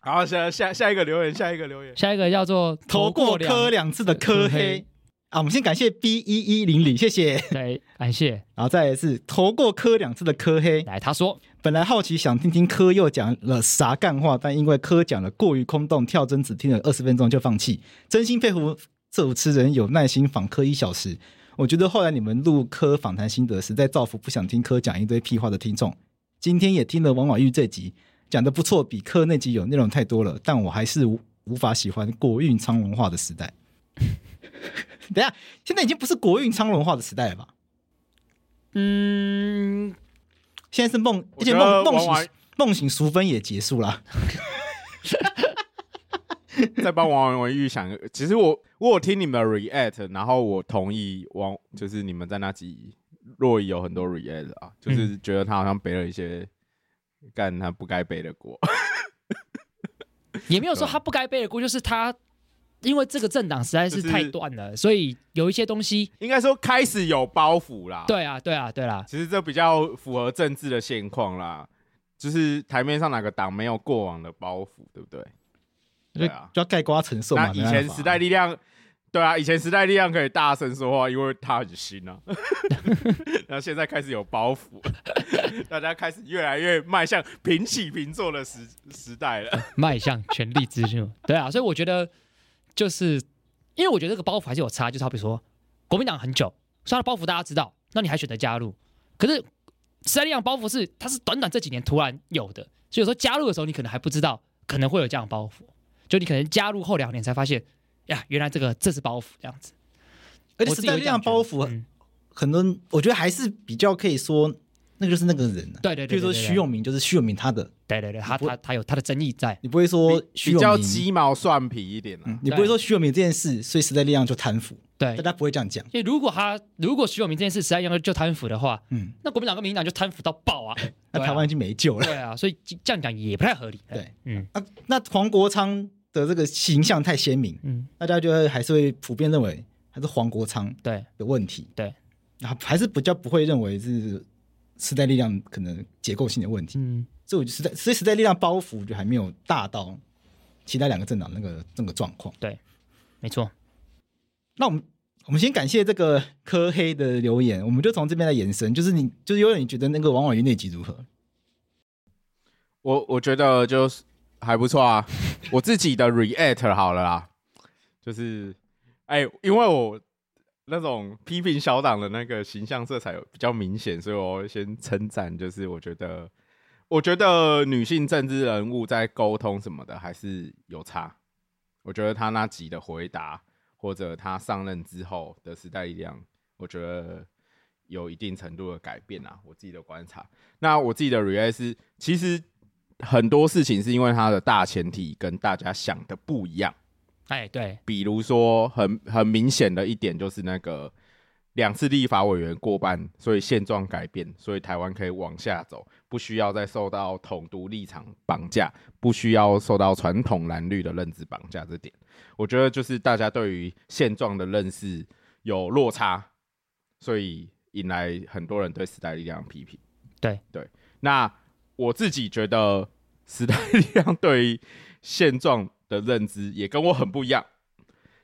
好，下下下一个留言，下一个留言，
下一个叫做
投过
两
科两次的科黑，啊，我们先感谢 B 一一邻里，谢谢。
对，感谢。
然后再来是投过科两次的科黑，
来，他说
本来好奇想听听科又讲了啥干话，但因为科讲了过于空洞，跳针只听了二十分钟就放弃。真心佩服这主持人有耐心访科一小时。我觉得后来你们录科访谈心得，实在造福不想听科讲一堆屁话的听众。今天也听了王婉玉这集，讲的不错，比科那集有内容太多了，但我还是无无法喜欢国运苍龙化的时代。等一下，现在已经不是国运苍龙化的时代了吧？
嗯，
现在是梦，而
我
且
觉得
梦梦
王
醒
婉
梦醒淑芬也结束了。
再帮王文玉想一个，其实我我有听你们的 react，然后我同意王，就是你们在那集若仪有很多 react 啊，就是觉得他好像背了一些干他不该背的锅，
也没有说他不该背的锅，就是他因为这个政党实在是
就是
太断了，所以有一些东西，
应该说开始有包袱啦。，
对啊，对啊，对啦，
其实这比较符合政治的现况啦，就是台面上哪个党没有过往的包袱，对不对？对啊
就要盖瓜承受嘛。
那以
没办
前
法啊
时代力量，对啊，以前时代力量可以大声说话，因为他很新啊。 然后现在开始有包袱， 大家开始越来越迈向平起平坐的时时代
呃
了。
迈向权力之路，对啊，所以我觉得就是因为我觉得这个包袱还是有差，就是好比说国民党很久，所以他的包袱大家知道，那你还选择加入，可是时代力量包袱是它是短短这几年突然有的，所以有时候加入的时候你可能还不知道可能会有这样的包袱，就你可能加入后两年才发现呀，原来这个这是包袱这样子。
而且
我
时
自己
哎代
会
力
这样
量
觉得
包袱啊
嗯
很多人，我觉得还是比较可以说，那个就是那个人、啊。
对对对对
比如说
对对
徐永明就是徐永明他的，
对对对，他
不
他他有他的争议在，
你不会说徐
比
永
较
明，
鸡毛蒜皮一点
嗯
啊，
你不会说徐永明这件事，所以时代力量就贪腐，
对
大，家不会这样讲。
因为如果他如果徐永明这件事实在要就贪腐的话，
嗯，
那国民党跟民进党就贪腐到爆啊，
那
对啊
台湾已经没救了。
对啊，所以这样讲也不太合理。
对，
嗯
啊，那黄国昌的这个形象太鲜明，
嗯，
大家就会还是会普遍认为还是黄国昌
对
的问题。
对，
然后还是比较不会认为是时代力量可能结构性的问题。
嗯，
所以我觉得时代，所以时代力量包袱就还没有大到其他两个政党那个那个状况。
没错，
那我们我们先感谢这个科黑的留言，我们就从这边来延伸，就是你就是有点觉得那个王婉瑜那集如何？
我我觉得就是还不错啊。我自己的 react 好了啦，就是哎、因为我那种批评小党的那个形象色彩比较明显，所以我先称赞，就是我觉得我觉得女性政治人物在沟通什么的还是有差。我觉得她那集的回答，或者她上任之后的时代力量，我觉得有一定程度的改变啊，我自己的观察。那我自己的 react 是，其实很多事情是因为它的大前提跟大家想的不一样。
哎，对，
比如说很很明显的一点就是那个两次立法委员过半，所以现状改变，所以台湾可以往下走，不需要再受到统独立场绑架，不需要受到传统蓝绿的认知绑架。这点，我觉得就是大家对于现状的认识有落差，所以引来很多人对时代力量的批评。
对
对，那我自己觉得时代力量对于现状的认知也跟我很不一样。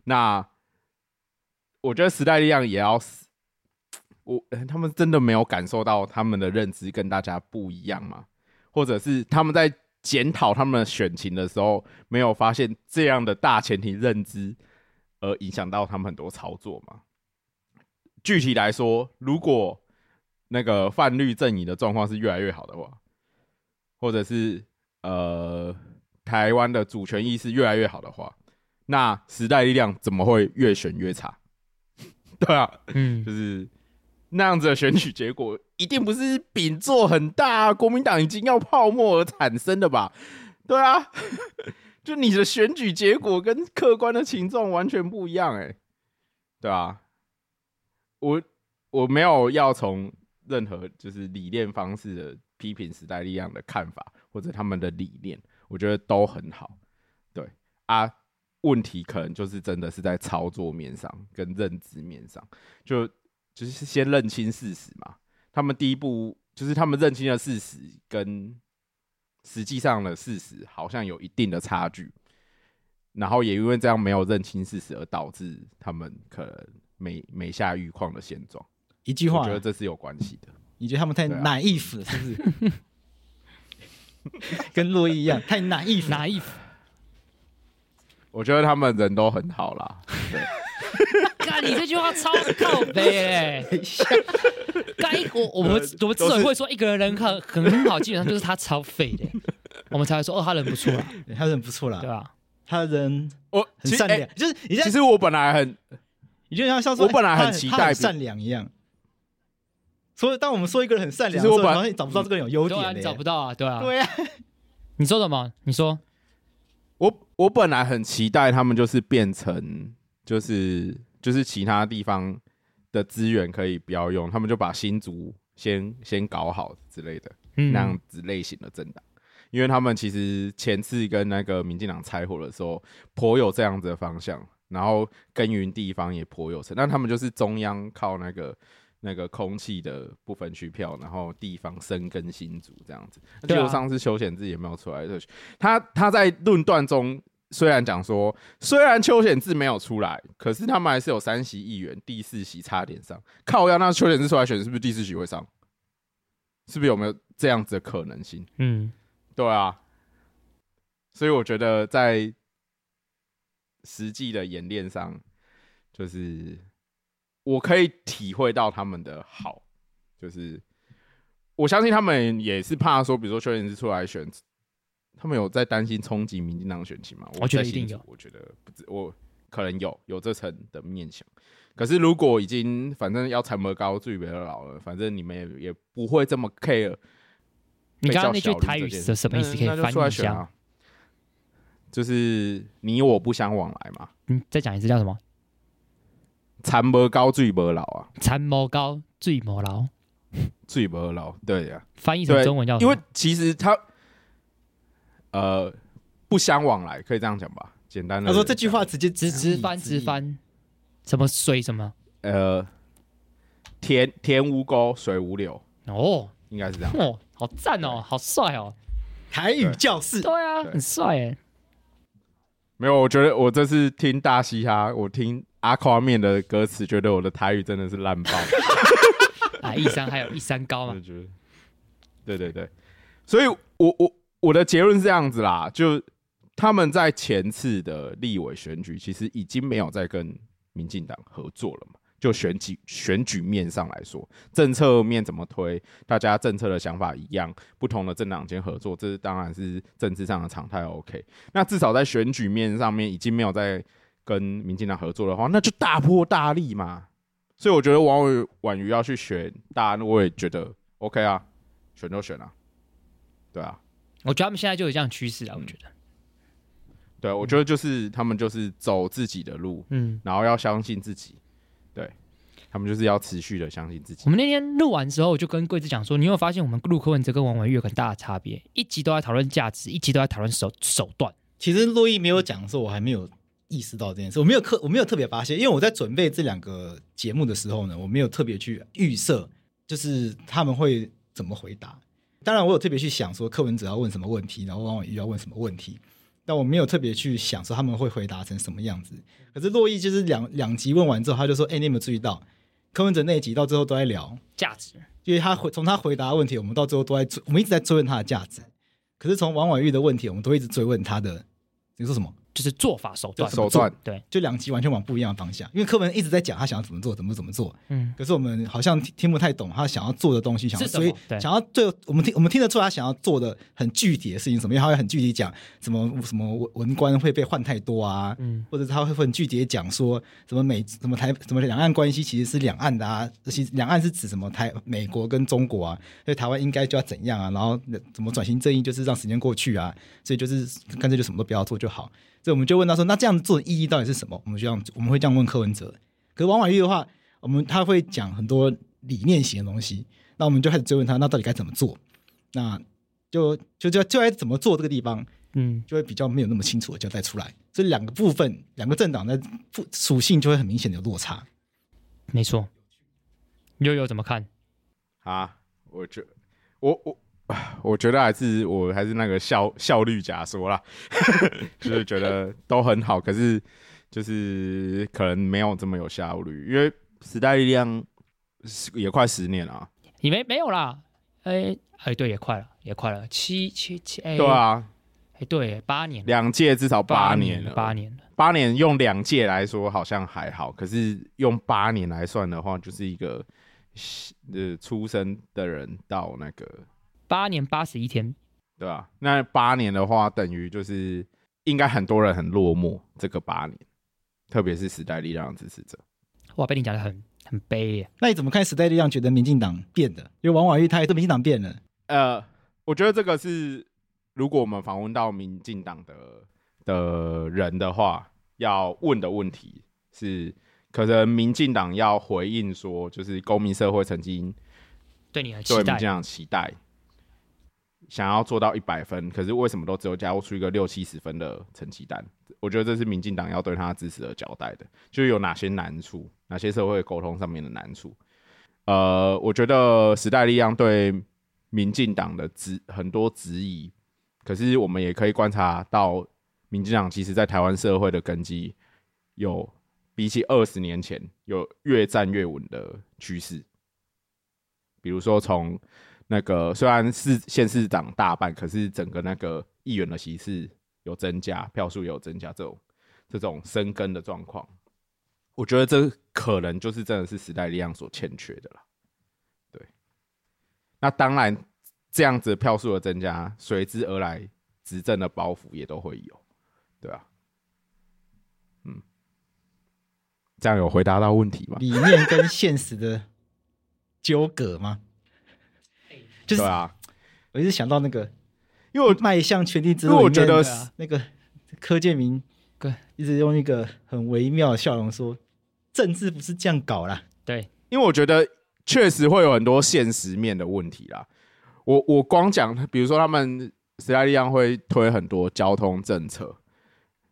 那我觉得时代力量也要死，我呃他们真的没有感受到他们的认知跟大家不一样吗？或者是他们在检讨他们的选情的时候，没有发现这样的大前提认知，而影响到他们很多操作吗？具体来说，如果那个泛绿阵营的状况是越来越好的话，或者是呃台湾的主权意识越来越好的话，那时代力量怎么会越选越差？ 对啊，
嗯，
就是那样子的选举结果，一定不是饼做很大、国民党已经要泡沫而产生的吧？ 对啊，就你的选举结果跟客观的情状完全不一样、欸，哎，对啊，我我没有要从任何就是理念方式的批评时代力量的看法或者他们的理念，我觉得都很好，对啊。问题可能就是真的是在操作面上跟认知面上，就就是先认清事实嘛。他们第一步就是他们认清了事实，跟实际上的事实好像有一定的差距，然后也因为这样没有认清事实，而导致他们可能每每下愈况的现状。
一句
我
话
觉，得这是有关系的。
你觉得他们太
对啊
naive 了，是不是？ 跟洛伊一样，太 naive 了。
拿衣服，
我觉得他们人都很好啦，
干你这句话超靠背哎、干一我我
呃
们我们之所以会说一个人很很好，基本上就是他超废的、我们才会说哦他人不错 啊，
对他人不错啦，
对吧？
他人
我
很
其实
善
哎
良，就是你
其
在，
实我本来很
你就像像说，
我本来
哎他
很期
他
待比
善良一样。所以，当我们说一个人很善良的
其
时
实我
候，
本来
好像你找不到这个人有优
对
点
啊，
嘞
你找不到啊，对啊。
对啊，
你说什么？你说
我我本来很期待他们就是变成就是就是其他地方的资源可以不要用，他们就把新竹先先搞好之类的
嗯
那样子类型的政党，因为他们其实前次跟那个民进党拆伙的时候颇有这样子的方向，然后耕耘地方也颇有成，但他们就是中央靠那个。那个空气的不分区票，然后地方生根新竹这样子。那
对啊
就上次邱显志也没有出来，就他他在论断中虽然讲说，虽然邱显志没有出来，可是他们还是有三席议员，第四席差点上。靠要那邱显志出来选，是不是第四席会上？是不是有没有这样子的可能性？
嗯，
对啊，所以我觉得在实际的演练上，就是我可以体会到他们的好，就是我相信他们也是怕说，比如说邱显志出来选，他们有在担心冲击民进党选情吗？
我觉得
在
一定
新竹
有
我觉得不止，我可能有有这层的面向。可是如果已经反正要沉么高，最别老了，反正你们也也不会这么 care
你
被
刚刚
叫
那
小
句
林
台语
这件
是什么意思？
嗯
可以
那就
翻
出来
译一
选
下。
啊。就是你我不相往来嘛，
你嗯再讲一次叫什么？
残不高，醉不老啊，
残谋高，醉谋劳。
醉不老，对呀、
翻译成
对
中文叫什
因
么
为其实他，呃，不相往来，可以这样讲吧，简单的。
他说这句话，直接
直直翻直，翻，什么水什么
呃，田田无沟，水无流，
哦
应该是 这样。
哦，好赞哦，好帅哦，
台语教室
对啊，
对
很帅哎，
没有，我觉得我这次听大嘻哈，我听阿夸面的歌词，觉得我的台语真的是烂爆。
啊，一山还有一山高
就
嘛，
觉得，对对对，所以我我我的结论是这样子啦，就他们在前次的立委选举，其实已经没有在跟民进党合作了嘛。就选举选举面上来说，政策面怎么推，大家政策的想法一样，不同的政党间合作，这是当然是政治上的常态。OK，那至少在选举面上面已经没有在跟民进党合作的话，那就大破大立嘛。所以我觉得王伟婉瑜要去选大安，我也觉得 OK 啊，选就选啊，对啊，
我觉得他们现在就有这样的趋势啊了，我觉得，
对啊我觉得就是他们就是走自己的路，
嗯，
然后要相信自己，对他们就是要持续的相信自己
我。们那天录完之后，我就跟桂子讲说，你有没有发现我们录柯文哲跟王文玉有很大的差别，一集都在讨论价值，一集都在讨论手手段，
其实洛伊没有讲的时候，我还没有意识到这件事，我没有特我没有特别发现，因为我在准备这两个节目的时候呢，我没有特别去预设，就是他们会怎么回答。当然，我有特别去想说柯文哲要问什么问题，然后王婉瑜要问什么问题，但我没有特别去想说他们会回答成什么样子。可是洛伊就是两两集问完之后，他就说：“哎、你有没有注意到柯文哲那一集到最后都在聊
价值，
因为他回从他回答的问题，我们到最后都在追，我们一直在追问他的价值。可是从王婉玉的问题，我们都一直追问他的，你说什么？
就是做法手段，
手段
对，
就两集完全往不一样的方向。因为柯文一直在讲他想要怎么做，怎么怎么做，
嗯，
可是我们好像听听不太懂他想要做的东西，想要
是什么
追，
对
想要对我们听我们听得出他想要做的很具体的事情是什么，因为他会很具体讲什么什么文文官会被换太多啊，
嗯
或者他会很具体的讲说什么美什么台什么两岸关系其实是两岸的啊，其实两岸是指什么台美国跟中国啊，所以台湾应该就要怎样啊，然后怎么转型正义就是让时间过去啊，所以就是干脆就什么都不要做就好。所以我们就问他说，那这样做的意义到底是什么？我们就这样我们会这样问柯文哲。可是王婉玉的话，我们他会讲很多理念型的东西，那我们就开始追问他，那到底该怎么做？那就就就就该怎么做这个地方，
嗯，
就会比较没有那么清楚的交代出来。这两个部分，两个政党的不属性就会很明显的有落差。
没错。悠悠怎么看？
啊，我觉我我。我觉得还是我 还是那个效效率假说啦，就是觉得都很好，可是就是可能没有这么有效率，因为时代力量是也快十年了啊、
你没没有啦？哎哎，对，也快了，也快了，七七七，哎，
对，啊，
哎对，八年了，
两届至少八年了，
八年了，
八年用两届来说好像还好，可是用八年来算的话，就是一个呃出生的人到那个
八年八十一天，
对吧、那八年的话，等于就是应该很多人很落寞这个八年，特别是时代力量的支持者。
哇，被你讲的很很悲耶。
那你怎么看时代力量觉得民进党变的？因为王婉玉她也说民进党变了，
呃，我觉得这个是，如果我们访问到民进党的的人的话，要问的问题是，可能民进党要回应说，就是公民社会曾经
对你很期
对
待
民进，党期待，想要做到一百分，可是为什么都只有加入出一个六七十分的成绩单？我觉得这是民进党要对他支持的交代的，就是有哪些难处，哪些社会沟通上面的难处。呃，我觉得时代力量对民进党的质很多质疑，可是我们也可以观察到，民进党其实在台湾社会的根基有比起二十年前有越站越稳的趋势。比如说从那个虽然市县市长大半，可是整个那个议员的席次有增加，票数也有增加，这种这种生根的状况，我觉得这可能就是真的是时代力量所欠缺的了。对，那当然这样子票数的增加，随之而来执政的包袱也都会有，对啊，嗯，这样有回答到问题吗？
理念跟现实的纠葛吗？就是
对啊，
我一直想到那个
因为我
迈向权力之
因
路
为
里面，
我觉得
对啊
那个柯建明
对
一直用一个很微妙的笑容说：“政治不是这样搞啦。
对，
因为我觉得确实会有很多现实面的问题啦。我我光讲，比如说他们时代力量会推很多交通政策，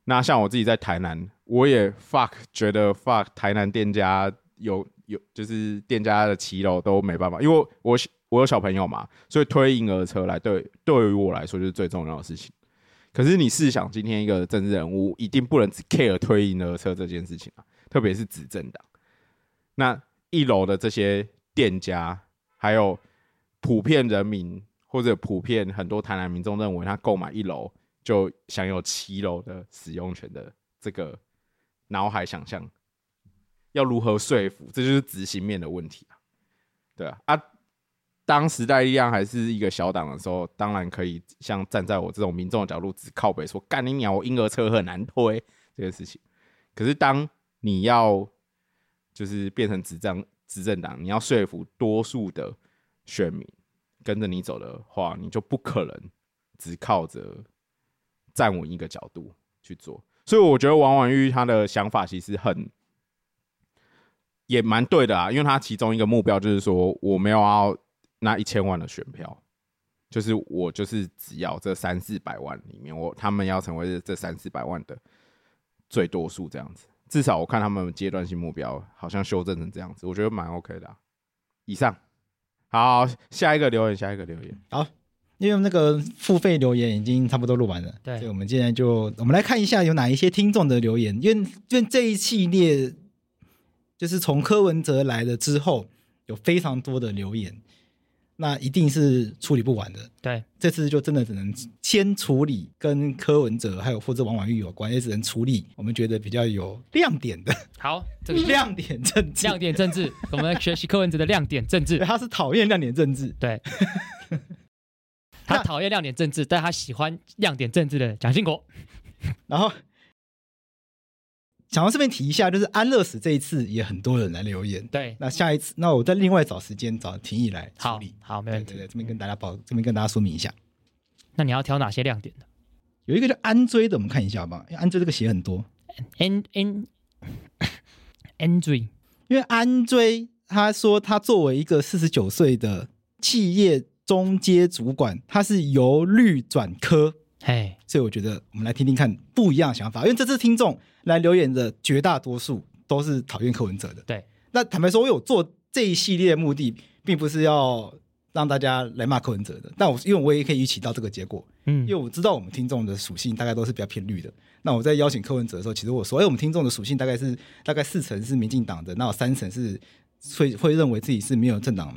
那像我自己在台南，我也 fuck 觉得 fuck 台南店家有有就是店家的骑楼都没办法，因为我我我有小朋友嘛，所以推婴儿车来对对于我来说就是最重要的事情。可是你试想，今天一个政治人物一定不能只 care 推婴儿车这件事情啊，特别是执政党。那一楼的这些店家，还有普遍人民或者普遍很多台南民众认为，他购买一楼就享有七楼的使用权的这个脑海想象，要如何说服？这就是执行面的问题啊。对啊，啊，当时代力量还是一个小党的时候，当然可以像站在我这种民众的角度，只靠北说干你鸟，我婴儿车很难推这件事情。可是当你要就是变成执政执政党，你要说服多数的选民跟着你走的话，你就不可能只靠着站稳一个角度去做。所以我觉得王婉玉她的想法其实很也蛮对的啊，因为她其中一个目标就是说，我没有要那一千万的选票，就是我就是只要这三四百万里面，我他们要成为这三四百万的最多数这样子。至少我看他们阶段性目标好像修正成这样子，我觉得蛮 OK 的啊、以上，好，下一个留言，下一个留言，”
因为那个付费留言已经差不多录完了，
对
所以我们现在就呃我们来看一下有哪一些听众的留言，因为因为这一系列就是从柯文哲来了之后，有非常多的留言，那一定是处理不完的。
对，
这次就真的只能先处理跟柯文哲还有或者王婉玉有关，也只能处理我们觉得比较有亮点的
好，这个亮
亮点政治。
亮点政治，我们来学习柯文哲的亮点政
对，
治。
他是讨厌亮点政治。
对，他讨厌亮点政治，但他喜欢亮点政治的蒋经国。
然后想要顺便提一下，就是安乐死这一次也很多人来留言。
对，
那下一次，那我再另外找时间找庭议来处
好
理。
好，没
对
问
对
题
对，。这边跟大家报，这边跟大家说明一下，
那你要挑哪些亮点呢
有一个叫安追的，我们看一下好不好？因为安追这个写很多，
？N N Andrew
因为安追他说，他作为一个四十九岁的企业中阶主管，他是由绿转科，
嘿，
所以我觉得我们来听听看不一样的想法。因为这次听众来留言的绝大多数都是讨厌柯文哲的。
对，
那坦白说，我有做这一系列的目的，并不是要让大家来骂柯文哲的。但我因为我也可以预期到这个结果，
嗯
因为我知道我们听众的属性大概都是比较偏绿的。那我在邀请柯文哲的时候，其实我说，哎、我们听众的属性大概是大概四成是民进党的，那有三成是会会认为自己是没有政党，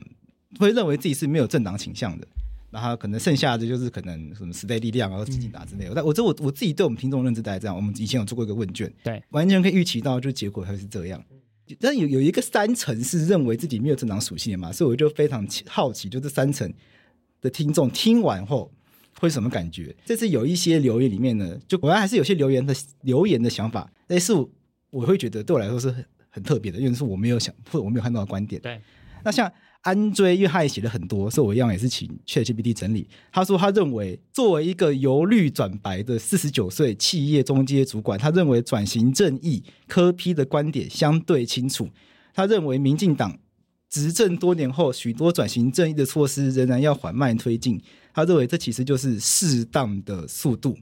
会认为自己是没有政党倾向的。然后可能剩下的就是可能什么时代力量啊、自己打之类的。但我这我我自己对我们听众认知大概这样。我们以前有做过一个问卷，
对，
完全可以预期到，就结果会是这样。但有有一个三成是认为自己没有政党属性的嘛，所以我就非常奇好奇，就这三成的听众听完后会什么感觉？这次有一些留言里面呢，就果然还是有些留言的留言的想法，但是我我会觉得对我来说是很很特别的，因为是我没有想或我没有看到的观点。
对，
那像安追，因为他也写了很多，所以我一样也是请 ChatGPT 整理。他说他认为，作为一个由绿转白的四十九岁企业中阶主管，他认为转型正义科批的观点相对清楚。他认为民进党执政多年后，许多转型正义的措施仍然要缓慢推进。他认为这其实就是适当的速度。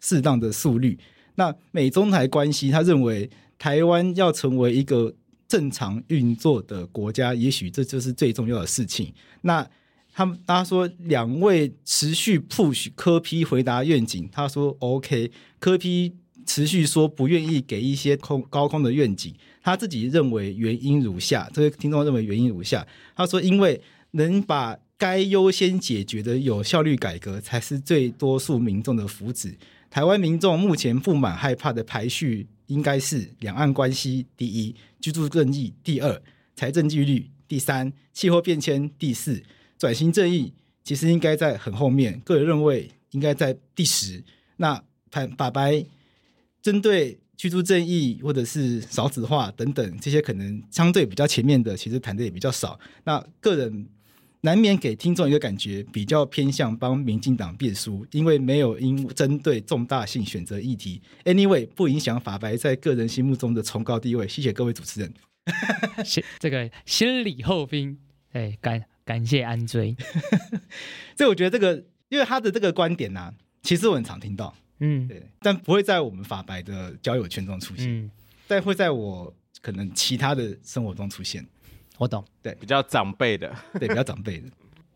适当的速率。那美中台关系，他认为台湾要成为一个正常运作的国家，也许这就是最重要的事情。那他们他说两位持续 push 科批回答愿景，他说 OK，科批持续说不愿意给一些空高空的愿景，他自己认为原因如下，这位听众认为原因如下，他说因为能把该优先解决的有效率改革，才是最多数民众的福祉。台湾民众目前不满害怕的排序应该是两岸关系第一，居住正义第二，财政纪律第三，气候变迁第四，转型正义其实应该在很后面，个人认为应该在第十。那反把白针对居住正义或者是少子化等等这些可能相对比较前面的，其实谈的也比较少。那个人难免给听众一个感觉，比较偏向帮民进党辩输，因为没有因针对重大性选择议题。Anyway，不影响法白在个人心目中的崇高地位。谢谢各位主持人。
先这个先礼后兵，哎，感感谢安追，
所以我觉得这个，因为他的这个观点呢、啊，其实我很常听到，
嗯
对，但不会在我们法白的交友圈中出现，
嗯，
但会在我可能其他的生活中出现。
我懂。
比较长辈的，
对，比较长辈的。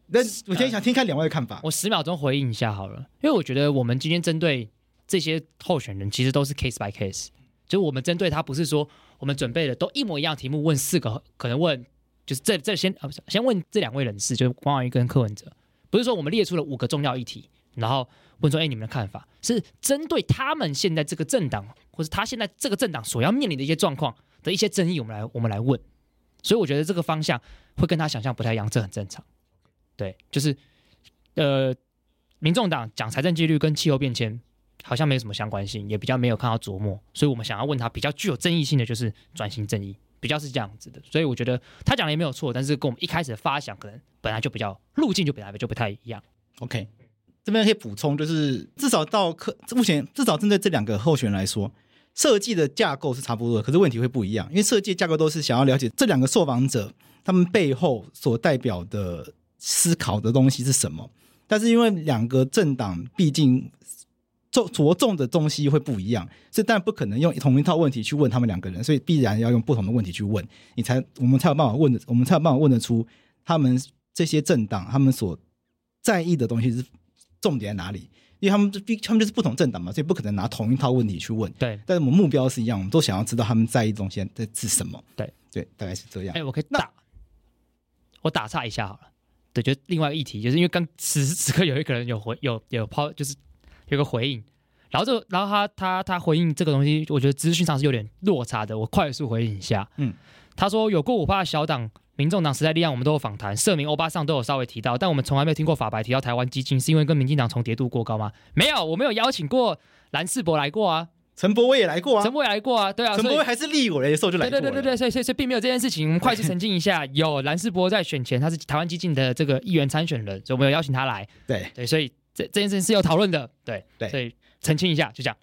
那我先想听看两位的看法。
我十秒钟回应一下好了，因为我觉得我们今天针对这些候选人，其实都是 case by case，就是我们针对他不是说我们准备的都一模一样题目，问四个，可能问就是这这先呃不是先问这两位人士，就是关于跟柯文哲，不是说我们列出了五个重要议题，然后问说哎你们的看法，是针对他们现在这个政党或是他现在这个政党所要面临的一些状况的一些争议，我们来我们来问，所以我觉得这个方向会跟他想象不太一样，这很正常。对，就是呃，民众党讲财政纪律跟气候变迁好像没有什么相关性，也比较没有看到琢磨，所以我们想要问他比较具有争议性的就是转型正义，比较是这样子的。所以我觉得他讲的也没有错，但是跟我们一开始的发想可能本来就比较路径就本来就不太一样。
OK，这边可以补充，就是至少到科目前，至少针对这两个候选人来说，设计的架构是差不多的，可是问题会不一样，因为设计的架构都是想要了解这两个受访者他们背后所代表的思考的东西是什么。但是因为两个政党毕竟着着重的东西会不一样，所以但不可能用同一套问题去问他们两个人，所以必然要用不同的问题去问，你才我们才有办法问的，我们才有办法问得出他们这些政党他们所在意的东西是重点在哪里，因为他们毕他们就是不同政党嘛，所以不可能拿同一套问题去问。
对，
但是我们目标是一样，我们都想要知道他们在意的东西在是什么。
对
对，大概是这样。
哎，我可以打，我打岔一下好了。对，就是另外一个议题，就是因为刚此时此刻有一个人有回有有抛，就是有个回应，然后这个然后他他他回应这个东西，我觉得资讯上是有点落差的，我快速回应一下。
嗯，
他说有过五趴的小党。民众党、时代力量，我们都有访谈，社民、欧巴上都有稍微提到，但我们从来没有听过法白提到台湾基金，是因为跟民进党重叠度过高吗？没有，我没有邀请过蓝世博来过啊，
陈伯威也来过啊
陈，博也来过啊，对啊，
陈
所以
伯威还是立委的时候就来过
对对
了。
对对对，所以所以所以并没有这件事情，我们快速澄清一下。有蓝世博在选前，他是台湾激进的这个议员参选人，所以我们有邀请他来。
对
对，所以这这件事情是有讨论的。对
对
所以澄清一下，就这样。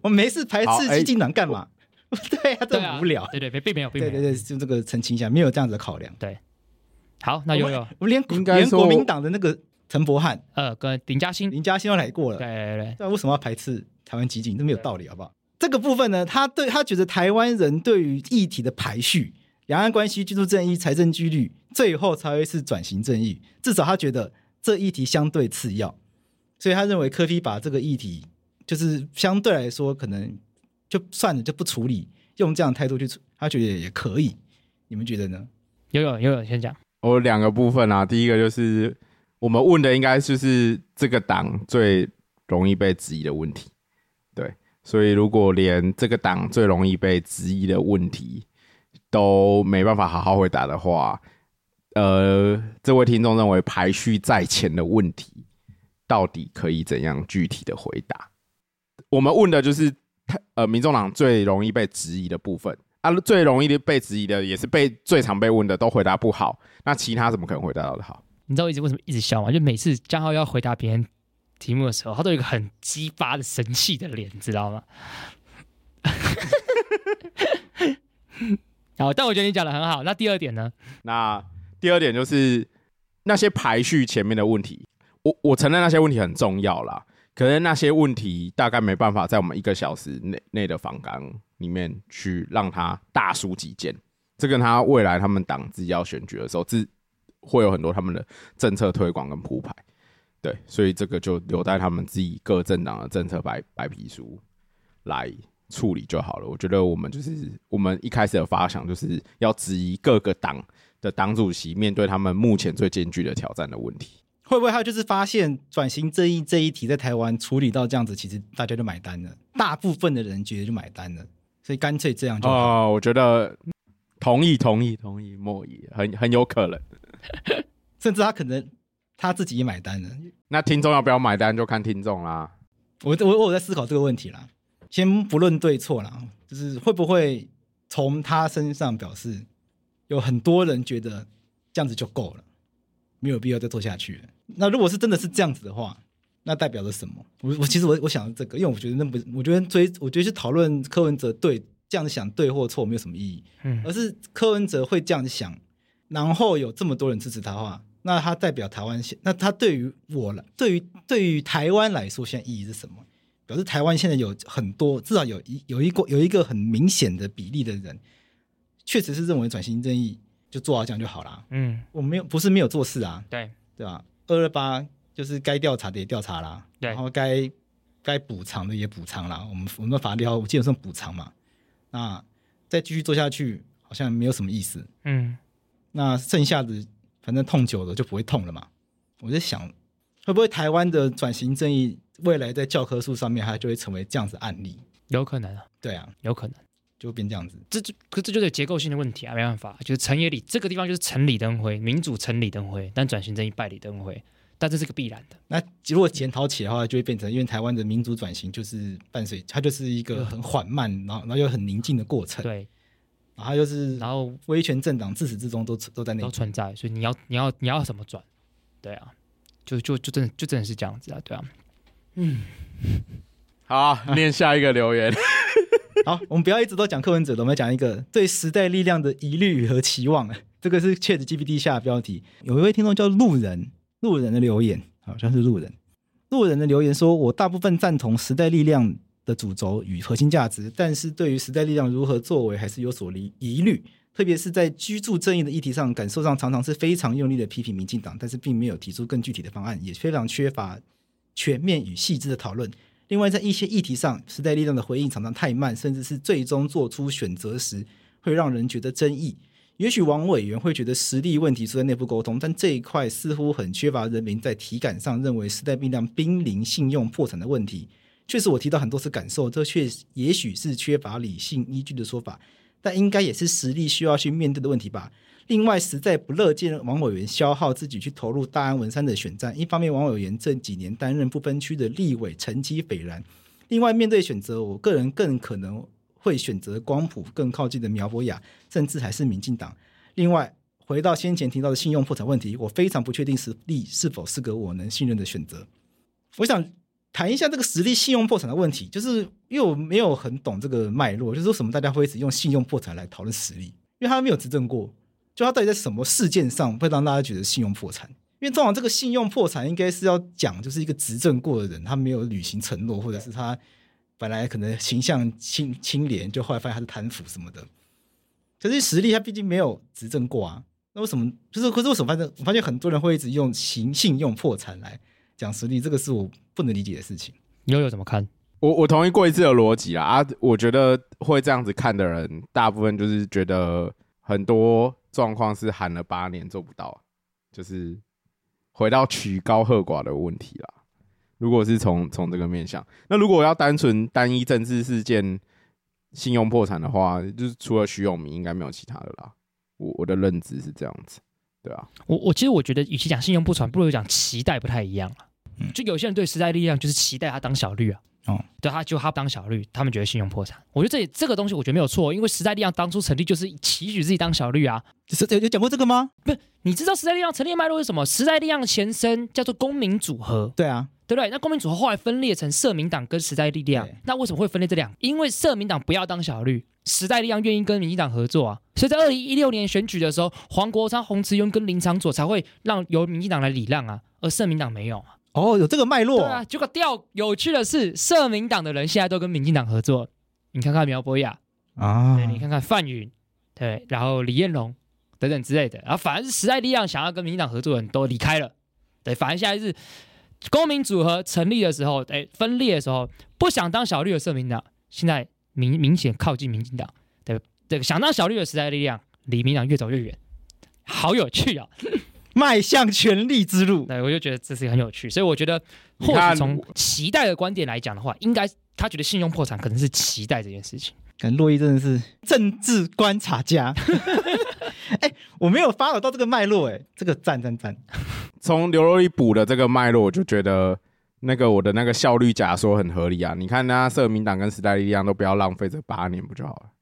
我没事排
好
斥
哎
激进党干嘛？ 对啊，这
对啊
很无聊。
对对，没并没有，并
对
没
对
有。
对，就这个澄清一下，没有这样子的考量。
好，那有有
我们连
应该
连
说
国民党的那个陈伯翰、
呃，跟林嘉欣，对
林嘉欣都来过了，
对对，
啊那为什么要排斥台湾激进？这没有道理，好不好？这个部分呢，他对他觉得台湾人对于议题的排序，两岸关系、居住正义、财政纪律，最后才会是转型正义。至少他觉得这议题相对次要，所以他认为科批把这个议题就是相对来说可能就算了，就不处理，用这样的态度去处，他觉得也可以。你们觉得呢？
有有有有，先讲。
我有两个部分啊，第一个就是我们问的应该就是这个党最容易被质疑的问题，对，所以如果连这个党最容易被质疑的问题都没办法好好回答的话，呃，这位听众认为排序在前的问题到底可以怎样具体的回答？我们问的就是他呃，民众党最容易被质疑的部分啊，最容易被质疑的也是被最常被问的都回答不好。那其他怎么可能回答到的好？
你知道我一直为什么一直笑吗？就每次江浩要回答别人题目的时候，他都有一个很激发的生气的脸，知道吗？ 好，但我觉得你讲的很好。那第二点呢？
那第二点就是那些排序前面的问题，我我承认那些问题很重要啦，可是那些问题大概没办法在我们一个小时内内的访纲里面去让他大抒己见，这跟他未来他们党自己要选举的时候，自会有很多他们的政策推广跟铺排，对，所以这个就留在他们自己各政党的政策白白皮书来处理就好了。我觉得我们就是我们一开始的发想就是要质疑各个党的党主席面对他们目前最艰巨的挑战的问题。
会不会他就是发现转型正义这一题在台湾处理到这样子，其实大家就买单了，大部分的人觉得就买单了，所以干脆这样就好。
哦，我觉得同意，同意，同意，莫疑，很很有可能。
甚至他可能他自己也买单了。
那听众要不要买单就看听众啦。
我我我有在思考这个问题啦，先不论对错啦，就是会不会从他身上表示有很多人觉得这样子就够了，没有必要再做下去了。那如果是真的是这样子的话，那代表着什么？我我其实我我想这个，因为我觉得那不，我觉得追，我觉得去讨论柯文哲对这样子想对或错没有什么意义，
嗯
而是柯文哲会这样子想，然后有这么多人支持他的话，那他代表台湾现，那他对于我来，对于对于台湾来说，现在意义是什么？表示台湾现在有很多，至少有一有一个有一个很明显的比例的人，确实是认为转型正义就做到这样就好啦。
嗯，
我没有不是没有做事啊，
对，
对吧？二二八就是该调查的也调查啦，
对
然后该该补偿的也补偿啦。我们我们的法律我基本上补偿嘛，那再继续做下去好像没有什么意思。
嗯，
那剩下的反正痛久了就不会痛了嘛。我在想，会不会台湾的转型正义未来在教科书上面它就会成为这样子案例？
有可能啊，
对啊，
有可能。
就变这样子。
这就可这就是结构性的问题啊，没办法，就是成也李这个地方就是成李登辉，民主成李登辉，但转型正义败李登辉，但这是个必然的。
那如果检讨起来的话，就会变成因为台湾的民主转型就是伴随它就是一个很缓慢，然后然后又很宁静的过程。
对，
然后它就是
然后
威权政党自始至终都存都在那
都
里。
存在，所以你要你要你要怎么转？对啊，就就就真的就真的是这样子啊，对啊。
好啊，念下一个留言。
好，我们不要一直都讲柯文哲了，我们要讲一个对时代力量的疑虑和期望。这个是 Chat GPT 下的标题。有一位听众叫路人，路人的留言好像是路人，路人的留言说：“我大部分赞同时代力量的主轴与核心价值，但是对于时代力量如何作为还是有所疑疑虑，特别是在居住正义的议题上，感受上常常是非常用力的批评民进党，但是并没有提出更具体的方案，也非常缺乏全面与细致的讨论。”另外，在一些议题上，时代力量的回应常常太慢，甚至是最终做出选择时，会让人觉得争议。也许王委员会觉得实力问题出在内部沟通，但这一块似乎很缺乏人民在体感上认为时代力量濒临信用破产的问题。确实，我提到很多次感受，这确也许是缺乏理性依据的说法，但应该也是实力需要去面对的问题吧。另外，实在不乐见王委员消耗自己去投入大安文山的选战。一方面，王委员这几年担任不分区的立委，成绩斐然；另外，面对选择，我个人更可能会选择光谱更靠近的苗博雅，甚至还是民进党。另外，回到先前提到的信用破产问题，我非常不确定实力是否是个我能信任的选择。我想谈一下这个实力信用破产的问题，就是因为我没有很懂这个脉络，就是为什么大家会一直用信用破产来讨论实力，因为他没有执政过，就他到底在什么事件上会让大家觉得信用破产？因为通常这个信用破产应该是要讲，就是一个执政过的人，他没有履行承诺，或者是他本来可能形象清清廉，就后来发现他是贪腐什么的。可是实力他毕竟没有执政过啊，那为什么？就是可是为什么？反正我发现很多人会一直用行信用破产来讲实力，这个是我不能理解的事情。
悠悠怎么看？
我我同意过一次的逻辑啦啊，我觉得会这样子看的人，大部分就是觉得很多状况是喊了八年做不到，就是回到曲高和寡的问题啦。如果是从从这个面向，那如果要单纯单一政治事件信用破产的话，就是除了徐永明，应该没有其他的啦。我我的认知是这样子，对啊，
我我其实我觉得，与其讲信用不传，不如讲期待不太一样啊。就有些人对时代力量就是期待他当小绿啊，
哦，
对他就他当小绿，他们觉得信用破产。我觉得这这个东西我觉得没有错，因为时代力量当初成立就是期许自己当小绿啊。
就是有有讲过这个吗？
你知道时代力量成立的脉络是什么？时代力量的前身叫做公民组合，
对啊，
对不对？那公民组合后来分裂成社民党跟时代力量
对，
那为什么会分裂这两个？因为社民党不要当小绿，时代力量愿意跟民进党合作啊。所以在二零一六年选举的时候，黄国昌、洪慈庸跟林长佐才会让由民进党来礼让啊，而社民党没有啊。
哦，有这个脉
对
络，
啊，结果掉有趣的是，社民党的人现在都跟民进党合作。你看看苗博雅，
啊
嗯
对，你看看范云，对，然后李彦龙等等之类的，然后反而是时代力量想要跟民进党合作的人都离开了，对，反而现在是公民组合成立的时候，哎，分裂的时候，不想当小绿的社民党，现在明明显靠近民进党，对，这个想当小绿的时代力量离民进党越走越远，好有趣啊！
迈向权力之路。
对，我就觉得这是很有趣，所以我觉得
你
或许
看
从期待的观点来讲的话，应该他觉得信用破产可能是期待这件事情。
感觉洛伊真的是政治观察家。 哎、我没有 follow 到这个脉络、哎，这个赞赞赞，
从刘若英补的这个脉络，我就觉得那个我的那个效率假说很合理啊。你看，那社民党跟时代力量都不要浪费这八年不就好了？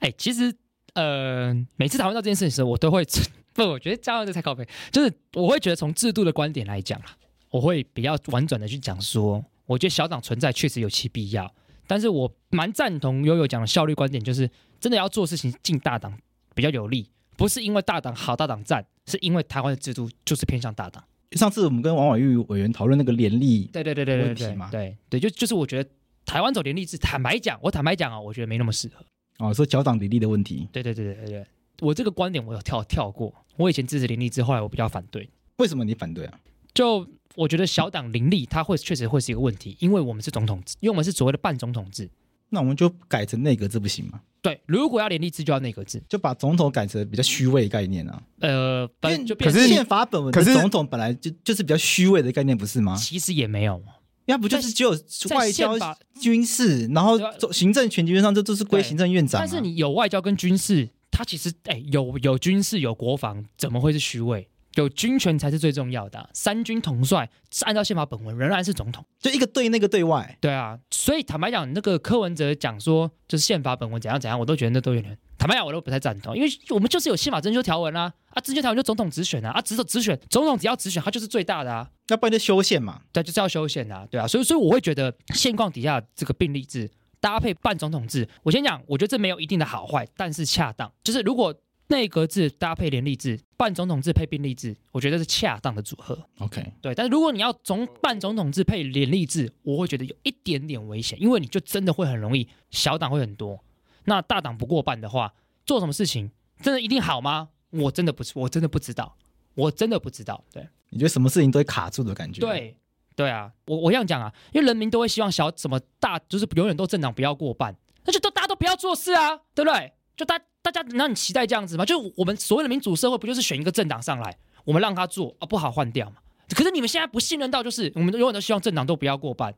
哎、其实呃，每次讨论到这件事情的时候，我都会 不，我觉得这样这太靠背，就是我会觉得从制度的观点来讲啊，我会比较婉转的去讲说，我觉得小党存在确实有其必要，但是我蛮赞同悠悠讲的效率观点，就是真的要做事情进大党比较有利，不是因为大党好大党赞，是因为台湾的制度就是偏向大党。
上次我们跟王婉玉委员讨论那个联立，
对对对对对
问题
对
嘛
对对，就就是我觉得台湾走联立制，坦白讲，我坦白讲啊，我觉得没那么适合。
哦，说小党比例的问题，
对对对对对对，我这个观点我有跳跳过，我以前支持林立之，后来我比较反对。
为什么你反对啊？
就我觉得小党林立，它会确实会是一个问题，因为我们是总统制，因为我们是所谓的半总统制。
那我们就改成内阁制不行吗？
对，如果要连立制，就要内阁制。
就把总统改成比较虚伪的概念啊？
呃，
因
本
为
就
可
变
是
宪法本文的
可是
总统本来就就是比较虚伪的概念，不是吗？
其实也没有，
要不就是只有
在
外交
宪法、
军事，然后
对啊
走行政权基本上这都是归
对
行政院长啊、
但是你有外交跟军事，它其实哎有有军事有国防，怎么会是虚伪？有军权才是最重要的啊、三军统帅是按照宪法本文仍然是总统。
就一个对那个对外，
对啊，所以坦白讲，那个柯文哲讲说就是宪法本文怎样怎样，我都觉得那都有点，坦白讲我都不太赞同，因为我们就是有宪法征修条文啊，啊征修条文就总统直选啊，啊只总直选，总统只要直选，他就是最大的啊，
要不然就修宪嘛。
对，就是要修宪啊，对啊，所以所以我会觉得现况底下这个并立制搭配半总统制，我先讲，我觉得这没有一定的好坏，但是恰当，就是如果内阁制搭配联立制，半总统制配并立制，我觉得是恰当的组合。
OK，
对，但是如果你要总办总统制配联立制，我会觉得有一点点危险，因为你就真的会很容易小党会很多，那大党不过半的话，做什么事情真的一定好吗？我真的不是，我真的不知道，我真的不知道。对
你觉得什么事情都会卡住的感觉？，
对对啊，我我这样讲啊，因为人民都会希望小什么大，就是永远都政党不要过半，那就都大家都不要做事啊，对不对？就大大家难道你期待这样子吗？就我们所谓的民主社会，不就是选一个政党上来，我们让他做啊，不好换掉嘛？可是你们现在不信任到，就是我们永远都希望政党都不要过半，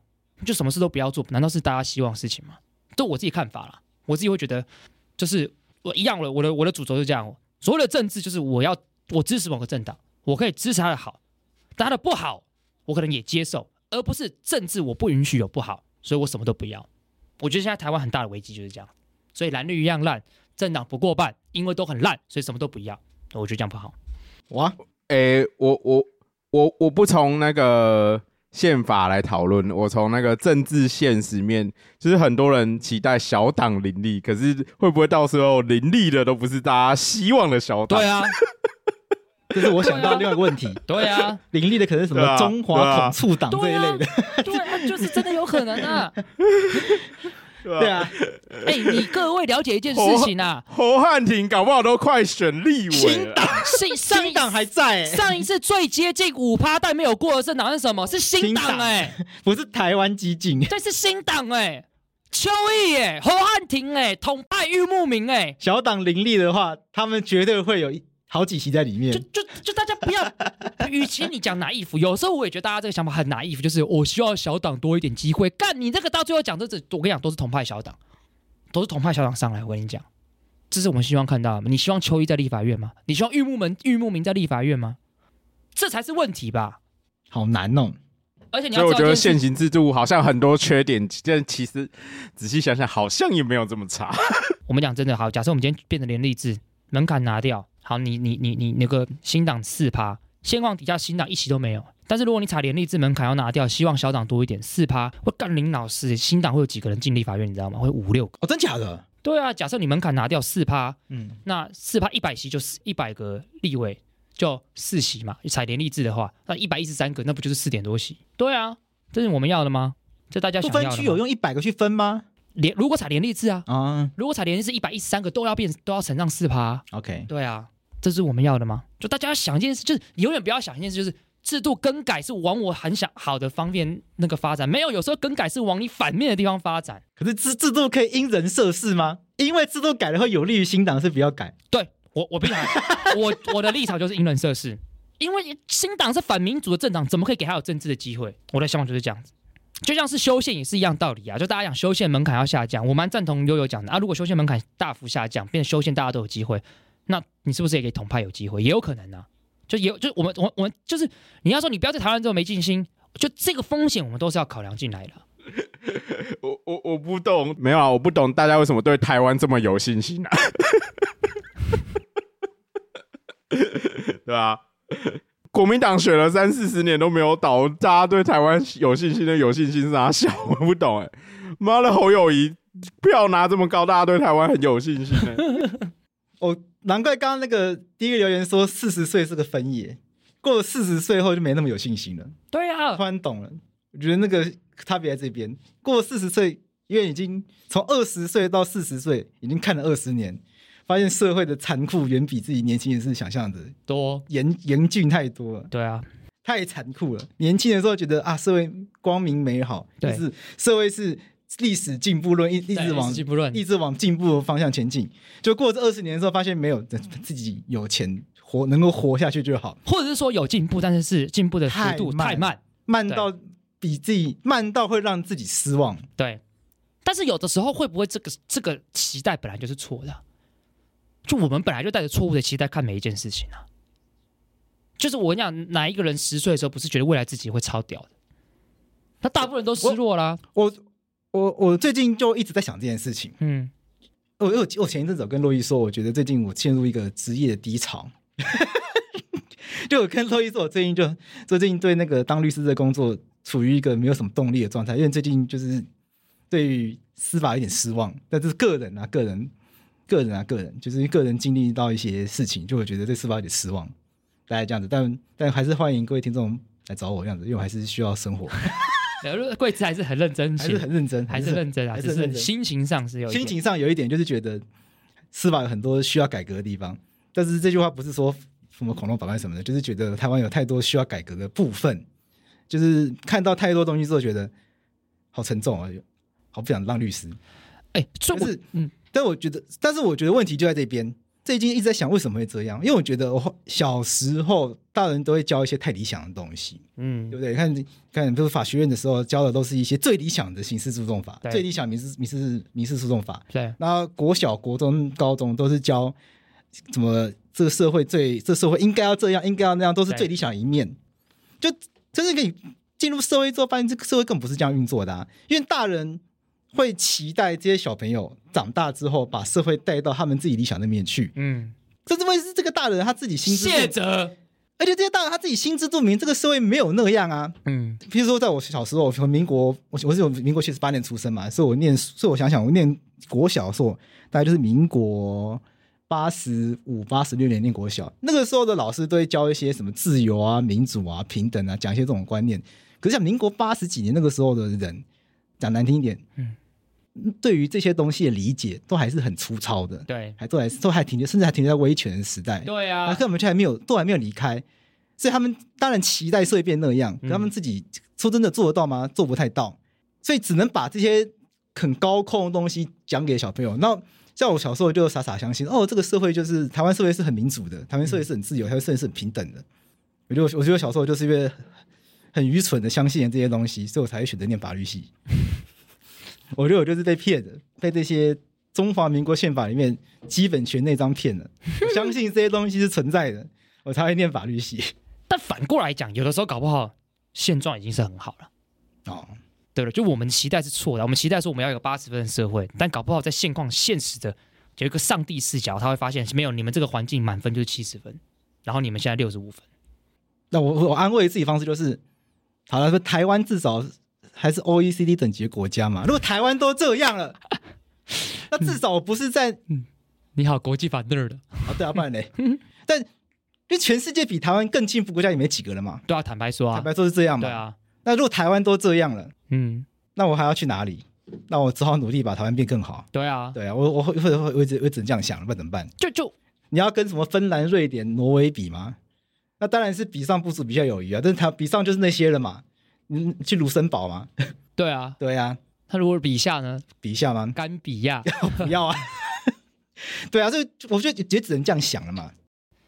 就什么事都不要做，难道是大家希望的事情吗？这我自己看法啦，我自己会觉得，就是我一样，我的我的我的主轴是这样，所谓的政治就是我要我支持某个政党，我可以支持他的好，但他的不好我可能也接受，而不是政治我不允许有不好，所以我什么都不要。我觉得现在台湾很大的危机就是这样，所以蓝绿一样烂，政党不过半，因为都很烂，所以什么都不要，我觉得这样不好。
哇，
诶、我我我我不从那个宪法来讨论，我从那个政治现实面，就是很多人期待小党林立，可是会不会到时候林立的都不是大家希望的小党？
对啊，
这是我想到另外一个问题，
对啊，
林立的可能是什
对
么
啊，
中华统促党这
对
一
啊
类的，，
对啊，就是真的有可能啊。
对啊，
哎、你各位了解一件事情啊
侯汉廷搞不好都快选立委
新
了。
党
是上
新
一
党还在、欸，
啊上一次最接近五趴但没有过的政党是什么？是新党哎、
不是台湾激进，
这是新党哎、邱毅哎、侯汉廷哎、统派玉木明哎、
小党林立的话，他们绝对会有一好几席在里
就
面。
就就大家不要，与其你讲拿衣服，有时候我也觉得大家这个想法很拿衣服，就是我希望小党多一点机会。干你这个到最后讲，这这我跟你讲都是同派小党，都是同派小党上来。我跟你讲，这是我们希望看到的吗。你希望邱毅在立法院吗？你希望玉木门玉木明在立法院吗？这才是问题吧。
好难哦弄、
而且你
所
要
以
知道
我觉
一件
得
事
现
情，
行制度好像很多缺点，但其实仔细想想，好像也没有这么差。
我们讲真的好，假设我们今天变成连立制，门槛拿掉，好，你你你你那个新党四趴，现况底下新党一席都没有。但是如果你踩连立制门槛要拿掉，希望小党多一点，四趴会干林老师，新党会有几个人进立法院，你知道吗？会五六个。
哦，真假的？
对啊，假设你门槛拿掉四趴，
嗯，
那四趴一百席就是一百个立委，就四席嘛。踩连立制的话，那一百一十三个，那不就是四点多席？对啊，这是我们要的吗？这大家
不
想
分
要的
区
吗
有用一百个去分吗？
连如果踩连立制啊，
啊
如果踩连立制一百一十三个都要变都要乘上四趴啊、
，OK，
对啊，这是我们要的吗？就大家要想一件事，就是你永远不要想一件事，就是制度更改是往我很想好的方面那个发展，没有，有时候更改是往你反面的地方发展。
可是制制度可以因人设事吗？因为制度改了会有利于新党，是不要改。
对我，我必须讲，我我的立场就是因人设事，因为新党是反民主的政党，怎么可以给他有政治的机会？我的想法就是这样子。就像是修宪也是一样道理啊，就大家讲修宪门槛要下降，我蛮赞同悠悠讲的啊。如果修宪门槛大幅下降，变成修宪大家都有机会，那你是不是也给统派有机会？也有可能啊，就也有就我们我们我们就是你要说你不要在台湾这么没信心，就这个风险我们都是要考量进来的。
我我我不懂，没有啊，我不懂大家为什么对台湾这么有信心啊？ 对吧、国民党选了三四十年都没有倒，大家对台湾有信心的有信心是哪小？ 我不懂哎、妈的，侯友谊票拿这么高，大家对台湾很有信心欸呢、
哦，难怪刚刚那个第一个留言说四十岁是个分野，过了四十岁后就没那么有信心了。
对 啊
突，然懂了，我觉得那个差别在这边。过四十岁，因为已经从二十岁到四十岁，已经看了二十年，发现社会的残酷远比自己年轻人是想象的
多
严严峻太多了，
对啊，
太残酷了。年轻的时候觉得啊，社会光明美好，就
对
是社会是历史进步论，一一直往
对不论
一直往进步的方向前进。就过这二十年的时候，发现没有自己有钱活，能够活下去就好。
或者是说有进步，但是是进步的幅度
太慢
太慢。
慢到比自己慢到会让自己失望。
对，但是有的时候会不会这个这个期待本来就是错的啊？就我们本来就带着错误的期待看每一件事情啊。就是我跟你讲，哪一个人十岁的时候不是觉得未来自己会超屌的？那大部分人都失落啦。
我我我最近就一直在想这件事情。
嗯，
我我我前一阵子有跟洛伊说，我觉得最近我陷入一个职业的低潮。 就我跟洛伊说，我最近就最近对那个当律师的工作处于一个没有什么动力的状态，因为最近就是对于司法有点失望。但这是个人啊，个人，个人啊，个人，就是个人经历到一些事情，就会觉得对司法有点失望。大概这样子，但但还是欢迎各位听众来找我这样子，因为我还是需要生活，
呃贵子还是很认真
还
写，
是很认真，
还是认真啊，
还是
只
很认
是
真。
心情上是有一点
心情上有一点就是觉得司法有很多需要改革的地方，但是这句话不是说什么恐龙法官什么的，就是觉得台湾有太多需要改革的部分，就是看到太多东西之后觉得好沉重啊，好不想当律 师。
哎，所以我
就是
嗯，
但我觉得，但是我觉得问题就在这边，最近一直在想为什么会这样，因为我觉得我小时候大人都会教一些太理想的东西，
嗯
对，不对？看看，比如法学院的时候教的都是一些最理想的刑事诉讼法、
对
最理想民事民事民事诉讼法，
对，
那国小、国中、高中都是教怎么这个社会最这社会应该要这样，应该要那样，都是
对
最理想的一面。就真正给你进入社会之后，发现这个社会根本不是这样运作的、啊，因为大人会期待这些小朋友长大之后把社会带到他们自己理想那面去，
嗯，
这是为是这个大人他自己心知肚
谢哲，
而且这些大人他自己心知肚明，这个社会没有那样啊。
嗯，
譬如说，在我小时候，我从民国，我我是有民国七十八年出生嘛，所以我念，所以我想想，我念国小的时候，大概就是民国八十五、八十六年念国小，那个时候的老师都会教一些什么自由啊、民主啊、平等啊，讲一些这种观念。可是像民国八十几年那个时候的人，讲难听一点，
嗯，
对于这些东西的理解都还是很粗糙的，
对
还都还都还停留，甚至还停留在威权的时代。
对
啊，
啊
根，本就还没有，都还没有离开，所以他们当然期待所以变那样，可他们自己说真的做得到吗？做不太到，所以只能把这些很高控的东西讲给小朋友。那像我小时候就傻傻相信，哦，这个社会就是台湾社会是很民主的，台湾社会是很自由，台湾社会是很平等的。我就我觉得小时候就是因为很愚蠢的相信了这些东西，所以我才会选择念法律系。 我觉得我就是被骗的，被这些中华民国宪法里面基本权那张骗了。我相信这些东西是存在的，我才会念法律系。
但反过来讲，有的时候搞不好现状已经是很好了。
哦，
对了，就我们期待是错的，啊我们期待说我们要有一个八十分的社会，但搞不好在现况现实的有一个上帝视角，他会发现没有你们这个环境满分就是七十分，然后你们现在六十五分，
那我我安慰自己方式就是，好了，说台湾至少还是 OECD 等级的国家嘛。如果台湾都这样了，那至少我不是
嗯
在
你好，国际法那儿的，
啊，对啊，不然嘞，但因为全世界比台湾更进步国家也没几个了嘛。
对啊，坦白说
坦
啊，
白说是这样嘛。
对。啊，
那如果台湾都这样了，
嗯，
那我还要去哪里？那我只好努力把台湾变更好。
对啊，
对啊，我我会会会我只我只能这样想，不然怎么办？
就就
你要跟什么芬兰、瑞典、挪威比吗？那当然是比上不足，比下有余啊。但是他比上就是那些了嘛，嗯，去卢森堡嘛，
对啊，
对啊，
他如果比下呢，？
比一下吗
甘比亚，
不要啊， 对啊，所以我就也只能这样想了嘛。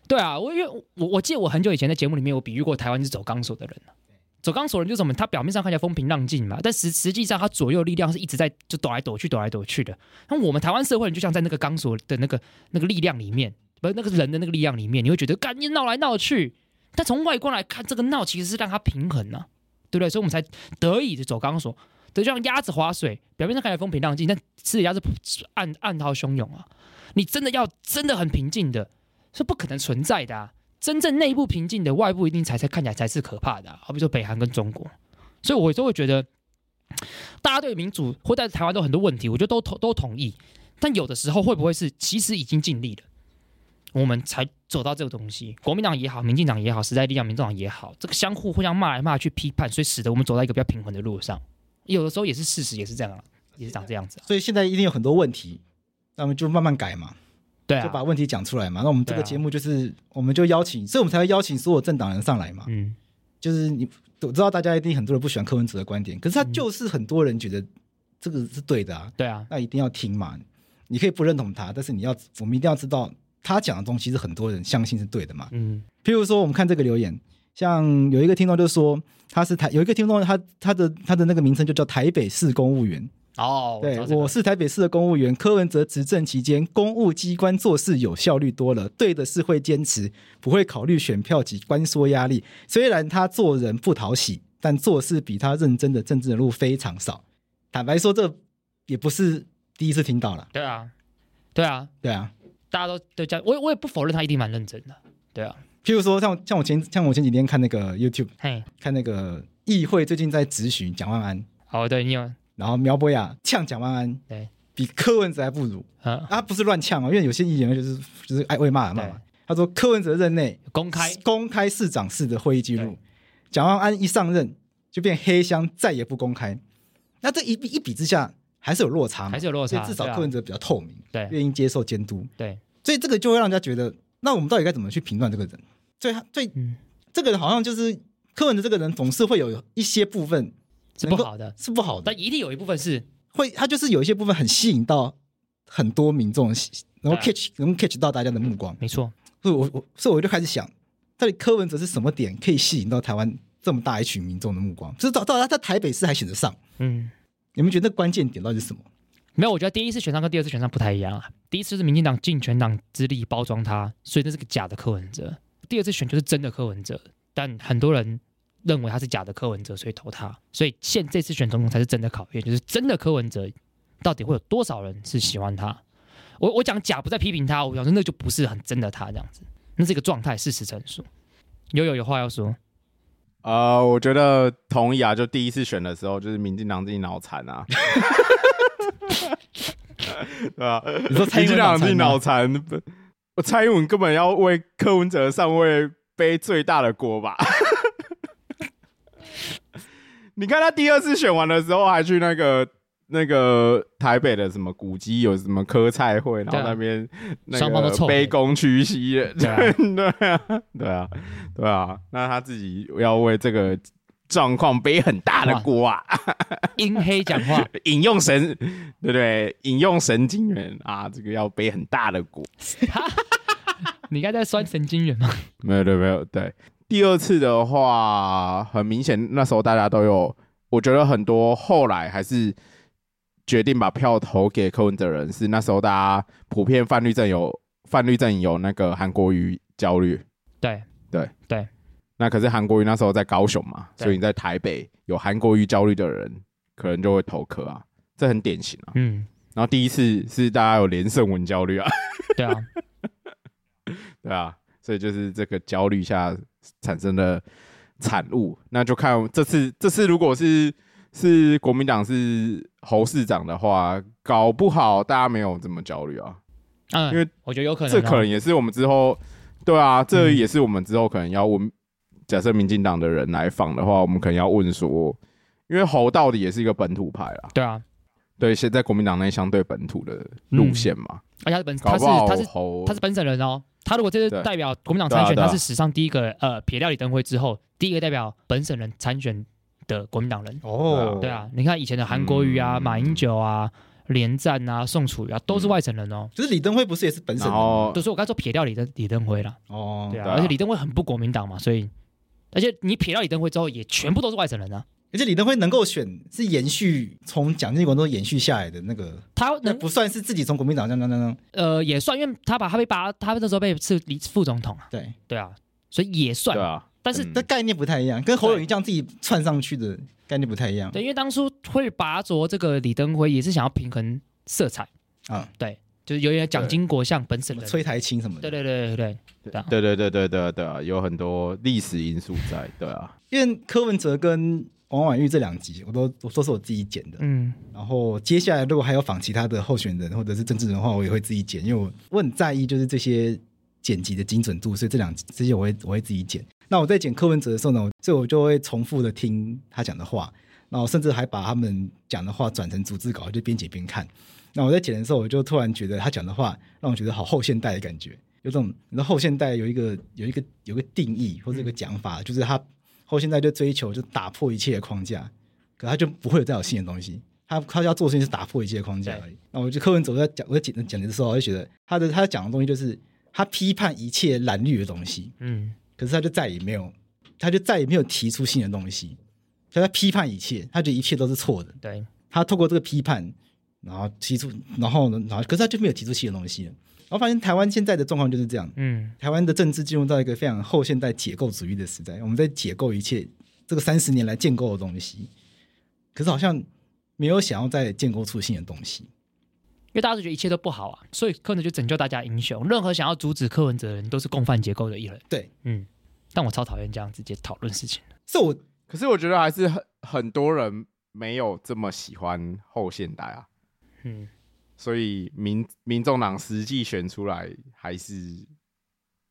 对啊，我因为我我记得我很久以前在节目里面有比喻过台湾是走钢索的人啊走钢索人就是什么？他表面上看起来风平浪静嘛，但实实际上他左右力量是一直在就抖来抖去、抖来抖去的。那我们台湾社会人就像在那个钢索的那个那个力量里面，不是那个人的那个力量里面，你会觉得干你闹来闹去。但从外观来看，这个闹其实是让它平衡啊，对不对？所以我们才得以走钢索，对，就像鸭子划水，表面上看起来风平浪静，但私底下是暗暗涛汹涌啊。你真的要真的很平静的，是不可能存在的、啊。真正内部平静的，外部一定才才看起来才是可怕的啊、好比说北韩跟中国，所以我都会觉得，大家对民主或在台湾都有很多问题，我觉得都同都同意。但有的时候会不会是其实已经尽力了，我们才走到这个东西？国民党也好，民进党也好，时代力量、民众党也好，这个相互互相骂来骂去、批判，所以使得我们走到一个比较平衡的路上。有的时候也是事实，也是这样啊，也是长这样子啊。
所以现在一定有很多问题，那么就慢慢改嘛，
对
就把
啊，
问题讲出来嘛。那我们这个
对啊
节目就是，我们就邀请，所以我们才会邀请所有政党人上来嘛。
嗯，
就是你，我知道大家一定很多人不喜欢柯文哲的观点，可是
嗯
他就是很多人觉得这个是对的啊。
对啊，
那一定要听嘛。你可以不认同他，但是你要，我们一定要知道他讲的东西是很多人相信是对的嘛。
嗯
譬如说，我们看这个留言，像有一个听众就说他是台，有一个听众他他的他的那个名称就叫台北市公务员。
哦，
对
知道，这个
我是台北市的公务员。柯文哲执政期间，公务机关做事有效率多了，对的事会坚持，不会考虑选票及官缩压力。虽然他做人不讨喜，但做事比他认真的政治人物非常少。坦白说，这也不是第一次听到了。
对啊，对啊，
对啊，
大家都都这样，我也我也不否认他一定蛮认真的，对啊，
譬如说像像我前像我前几天看那个 YouTube
嘿，
看那个议会最近在质询蒋万安，
哦，对你有，
然后苗博雅呛蒋万安，
对，
比柯文哲还不如。
嗯，
他不是乱呛哦，因为有些议员就是就是爱会骂人骂
对
嘛。他说柯文哲任内
公开，
公开市长室的会议记录
对，
蒋万安一上任就变黑箱，再也不公开。那这一比一比之下，还是有落差嘛，
还是有落
所以
差
嗯至少
对啊
柯文哲比较透明，
对啊
愿意接受监督，
对，
所以这个就会让人家觉得，那我们到底该怎么去评断这个人？最最
嗯，
这个人好像就是柯文哲这个人，总是会有一些部分
是
能
不
够
好的，
是不好的
但，一定有一部分是，
会他就是有一些部分很吸引到很多民众，然后
对啊
catch 能够 catch 到大家的目光。
没错，
所以我我所以我就开始想，到底柯文哲是什么点可以吸引到台湾这么大一群民众的目光？就是到到他在台北市还选得上，
嗯，
你们觉得关键点到底是什么？
没有，我觉得第一次选上跟第二次选上不太一样啊，第一次是民进党尽全党之力包装他，所以这是个假的柯文哲，第二次选就是真的柯文哲，但很多人。认为他是假的柯文哲，所以投他。所以现这次选总统才是真的考验，就是真的柯文哲到底会有多少人是喜欢他？我我讲假不在批评他，我想说那就不是很真的他这样子，那是一个状态，事实陈述。有有有话要说，
呃，我觉得同意啊，就第一次选的时候，就是民进党自己脑残啊， 对啊，
你说蔡
民
英
进
文啊
党自己脑
脑
残，不我蔡英文根本要为柯文哲上位背最大的锅吧？ 你看他第二次选完的时候，还去那个那个台北的什么古迹有什么科菜会，然
对
后
啊
那边那
双方都
个
臭美
卑躬 屈膝的，
对啊
对啊，对啊，对啊，那他自己要为这个状况背很大的锅啊，
阴黑讲话，
引用神，对不对？引用神经元啊，这个要背很大的锅。
你应该在酸神经元吗？
没有，对，没有，对。第二次的话，很明显，那时候大家都有，我觉得很多后来还是决定把票投给柯文哲的人，是那时候大家普遍泛绿阵有泛绿阵有那个韩国瑜焦虑，
对
那可是韩国瑜那时候在高雄嘛，
对
所以你在台北有韩国瑜焦虑的人，可能就会投柯啊，这很典型啊。
嗯，
然后第一次是大家有连胜文焦虑啊，
对啊，
对啊，所以就是这个焦虑下产生的产物。那就看这次，这次如果是是国民党是侯市长的话，搞不好大家没有这么焦虑啊。
嗯，
因为
我觉得有可能、啊
这可能，也是我们之后，对啊，这
嗯
也是我们之后可能要问，假设民进党的人来访的话，我们可能要问说，因为侯到底也是一个本土派啦，
对啊，
对，现在国民党内相对本土的路线嘛，
而且他是本嗯
搞
他是
不好
他是
侯
他是本省人哦。他如果这
对
次代表国民党参选，
对啊对啊
他是史上第一个呃，撇掉李登辉之后，第一个代表本省人参选的国民党人。
哦
对，啊，你看以前的韩国瑜啊、
嗯
马英九啊、连战啊、宋楚瑜啊，都是外省人哦。
就是李登辉不是也是本省
然
人吗
后
都是我刚才说撇掉李登李登辉啦，
哦
对，啊，
对啊
而且李登辉很不国民党嘛，所以而且你撇掉李登辉之后，也全部都是外省人啊。
而且李登辉能够选是延续从蒋经国都延续下来的那个，
他
那
能
不算是自己从国民党这样这样这样
呃也算，因为他把他被拔，他那时候被是李副总统啊，
对，
对啊，所以也算
对。啊，
但是
嗯
这概念不太一样，跟侯友谊这样自己窜上去的概念不太一样。
对，因为当初会拔擢这个李登辉，也是想要平衡色彩
啊
对，就是有点蒋经国像本
什
省
么
人，
崔台青什么
对
的，
对对对对，对啊
对对对对对对啊，有很多历史因素在，对啊，
因为柯文哲跟王婉玉这两集我都我都是我自己剪的，
嗯，
然后接下来如果还有访其他的候选人或者是政治人的话，我也会自己剪，因为我我很在意就是这些剪辑的精准度，所以这两集这些我会我会自己剪。那我在剪柯文哲的时候呢，所以我就会重复的听他讲的话，然后甚至还把他们讲的话转成逐字稿，就边剪边看。那我在剪的时候，我就突然觉得他讲的话让我觉得好后现代的感觉，有种你知道后现代有一个有一个有一个定义或者有一个讲法，就是他后现代就追求就打破一切的框架，可他就不会有再有新的东西。他他要做的事情是打破一切的框架而已。那我就柯文哲在讲我在讲讲的时候，我就觉得他的他讲的东西就是他批判一切蓝绿的东西，
嗯，
可是他就再也没有，他就再也没有提出新的东西。所以他批判一切，他觉得一切都是错的。
对，
他透过这个批判，然后提出，然后呢，然后可是他就没有提出新的东西了。然后发现台湾现在的状况就是这样，
嗯，
台湾的政治进入到一个非常后现代解构主义的时代，我们在解构一切这个三十年来建构的东西，可是好像没有想要再建构出新的东西。
因为大家都觉得一切都不好啊，所以柯文哲就拯救大家英雄，任何想要阻止柯文哲的人都是共犯结构的一人，
对，
嗯，但我超讨厌这样直接讨论事情，
所以我
可是我觉得还是很很多人没有这么喜欢后现代啊，
嗯，
所以民民众党实际选出来还是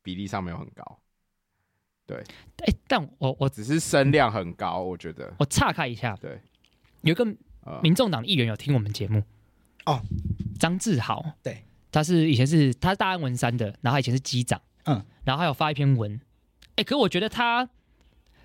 比例上没有很高，
哎，但我我
只是声量很高，我觉得，
我岔开一下，
对，
有一个
呃，
民众党议员有听我们节目
啊哦，
张志豪，
对，
他是以前是他是大安文山的，然后他以前是机长，
嗯，
然后他有发一篇文，哎，可我觉得他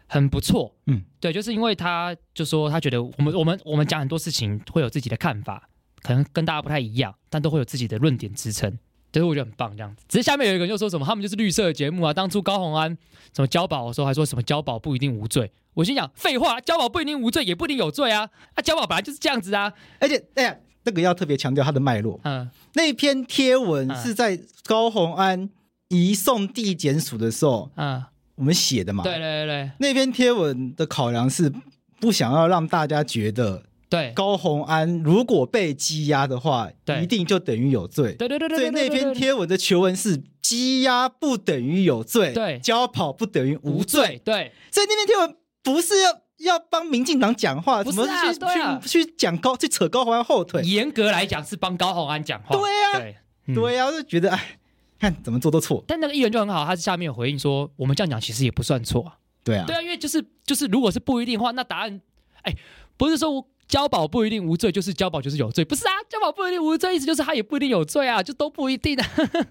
很不错，
嗯，
对，就是因为他就说他觉得我们我们我们讲很多事情会有自己的看法，可能跟大家不太一样，但都会有自己的论点支撑。就是我觉得很棒这样子，只是下面有一个人就说什么他们就是绿色的节目啊，当初高洪安什么交保的时候还说什么交保不一定无罪，我心想废话，交保不一定无罪，也不一定有罪啊，啊交保本来就是这样子啊，
而且哎呀，这个要特别强调它的脉络。
嗯，
那篇贴文
嗯
是在高鸿安移送地检署的时候
啊，
我们写的嘛？
对对对
那篇贴文的考量是不想要让大家觉得
对
高鸿安如果被羁押的话，
对
一定就等于有罪。
对对对对对，
所以那
对
篇
对
贴文的求文是羁押不等于有罪，
对
交跑不等于无
无
罪。
罪，对
所以那篇贴文不是要要帮民进党讲话，
不
怎
是
么
啊
去、
对啊
去去讲高去扯高鸿安后腿？
严格来讲是帮高宏安讲话，
对啊
哦对嗯
对呀、我就觉得哎，看怎么做都错。
但那个议员就很好，他是下面有回应说，我们这样讲其实也不算错啊。
对啊，
对啊，因为就是就是，如果是不一定的话，那答案，哎，不是说我交保不一定无罪，就是交保就是有罪，不是啊？交保不一定无罪，意思就是他也不一定有罪啊，就都不一定啊。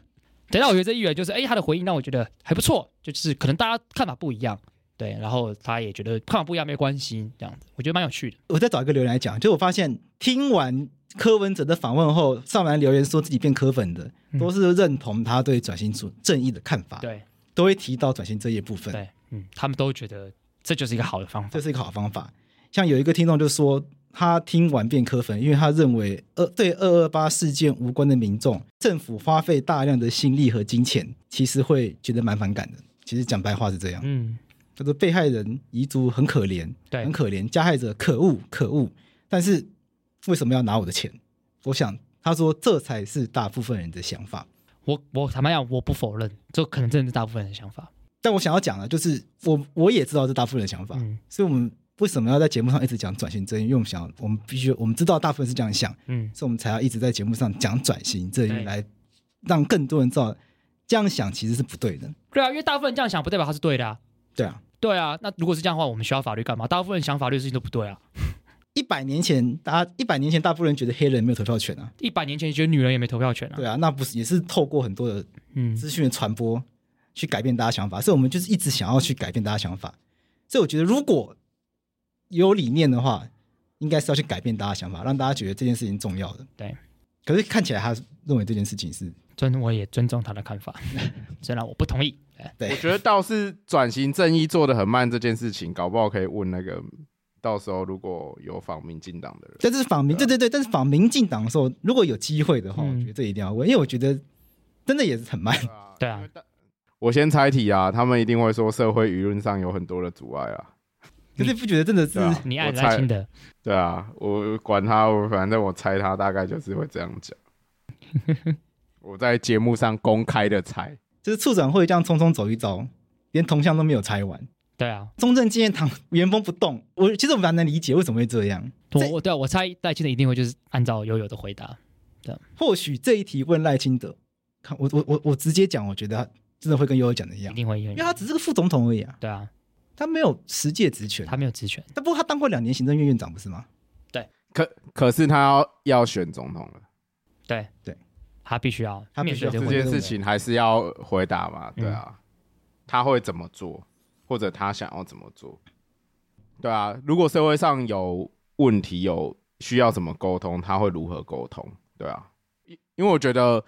等到我觉得这议员就是，哎、他的回应让我觉得还不错，就是可能大家看法不一样，对，然后他也觉得看法不一样没关系，这样子，我觉得蛮有趣的。
我再找一个留言来讲，就是我发现听完柯文哲的访问后，上来留言说自己变柯粉的，
嗯
都是认同他对转型主正义的看法，，
对
都会提到转型这一部分，
对，嗯，他们都觉得这就是一个好的方法
这。是一个好方法。像有一个听众就说，他听完变柯粉，因为他认为二对二二八事件无关的民众，政府花费大量的心力和金钱，其实会觉得蛮反感的。其实讲白话是这样，
嗯，
他说被害人遗族很可怜，
对
很可怜，加害者可恶可恶，但是为什么要拿我的钱？我想他说这才是大部分人的想法。
我我坦白讲，我不否认，这可能真的是大部分人的想法。
但我想要讲的，就是我我也知道这大部分人的想法，
嗯
所以我们为什么要在节目上一直讲转型正义？因为我们想，我们必须，我们知道大部分是这样想，
嗯，
所以我们才要一直在节目上讲转型正
对
义，来让更多人知道这样想其实是不对的。
对啊，因为大部分人这样想，不代表他是对的啊。
对啊，
对啊，那如果是这样的话，我们学校法律干嘛？大部分人想法律的事情都不对啊。
一百年前，大家一百年前，大部分人觉得黑人没有投票权啊，
一百年前觉得女人也没投票权啊。
对啊，那不是也是透过很多的
嗯，
资讯的传播去改变大家想法，所以我们就是一直想要去改变大家想法。所以我觉得，如果有理念的话，应该是要去改变大家想法，让大家觉得这件事情重要的。
对。
可是看起来他认为这件事情是
尊我也尊重他的看法， 虽然我不同意。
对，
我觉得倒是转型正义做的很慢这件事情，搞不好可以问那个，到时候如果有访民进党的人，
但是访民，对对对，但是访民进党的时候，如果有机会的话，
嗯
我觉得这一定要问，因为我觉得真的也是很慢。
对啊，
我先猜题啊，他们一定会说社会舆论上有很多的阻碍啊，
嗯
可是不觉得真的是
对啊，
你爱
我
人爱
猜
心，的，
对啊，我管他，我反正我猜他大概就是会这样 讲。我在节目上公开的猜，
就是处长会这样匆匆走一遭，连铜像都没有拆完。
对啊，
中正纪念堂原封不动，我其实我蛮能理解为什么会这样。
我
这
我对啊我猜戴庆的一定会就是按照悠悠的回答，
或许这一题问赖清德，看我我我我直接讲，我觉得他真的会跟悠悠讲的一
一
样，
定会因
啊因为他只是个副总统而已啊，
对啊，
他没有实界职权。
他没有职权，
但不过他当过两年行政院院长，不是吗？
可可是他要要选总统了，
对
对，
他必须要
他必
面
须
对
要
这
这
个问
件
题。
事情还是要回答嘛，
嗯
对啊，他会怎么做，或者他想要怎么做，对啊，如果社会上有问题，有需要怎么沟通，他会如何沟通，对啊，因因为我觉得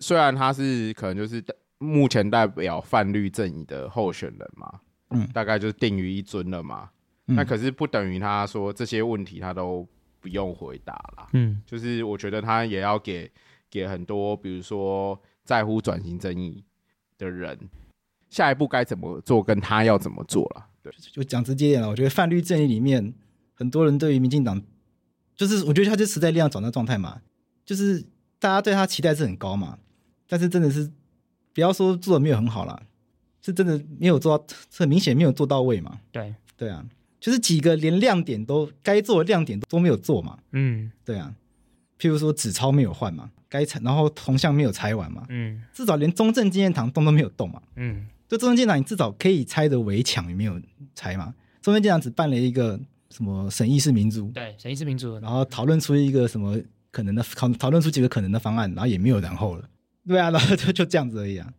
虽然他是可能就是代目前代表泛绿阵营的候选人嘛，
嗯
大概就是定于一尊了嘛，
嗯
那可是不等于他说这些问题他都不用回答啦，
嗯，
就是我觉得他也要给给很多，比如说在乎转型正义的人，下一步该怎么做，跟他要怎么做了。对，
就讲直接一点了，我觉得泛绿阵营里面很多人对于民进党，就是我觉得他就时代力量转的状态嘛，就是大家对他期待是很高嘛，但是真的是不要说做的没有很好啦，是真的没有做到，很明显没有做到位嘛。
对，
对啊，就是几个连亮点都该做的亮点都没有做嘛。
嗯
对啊，譬如说纸钞没有换嘛，该拆，然后铜像没有拆完嘛，
嗯
至少连中正纪念堂动都没有动嘛。
嗯，
就中正纪念堂，你至少可以拆的围墙也没有拆嘛。中正纪念堂只办了一个什么审议式民主，
对，审议是民主的，
然后讨论出一个什么可能的讨讨论出几个可能的方案，然后也没有然后了。对啊，然后就就这样子而已啊。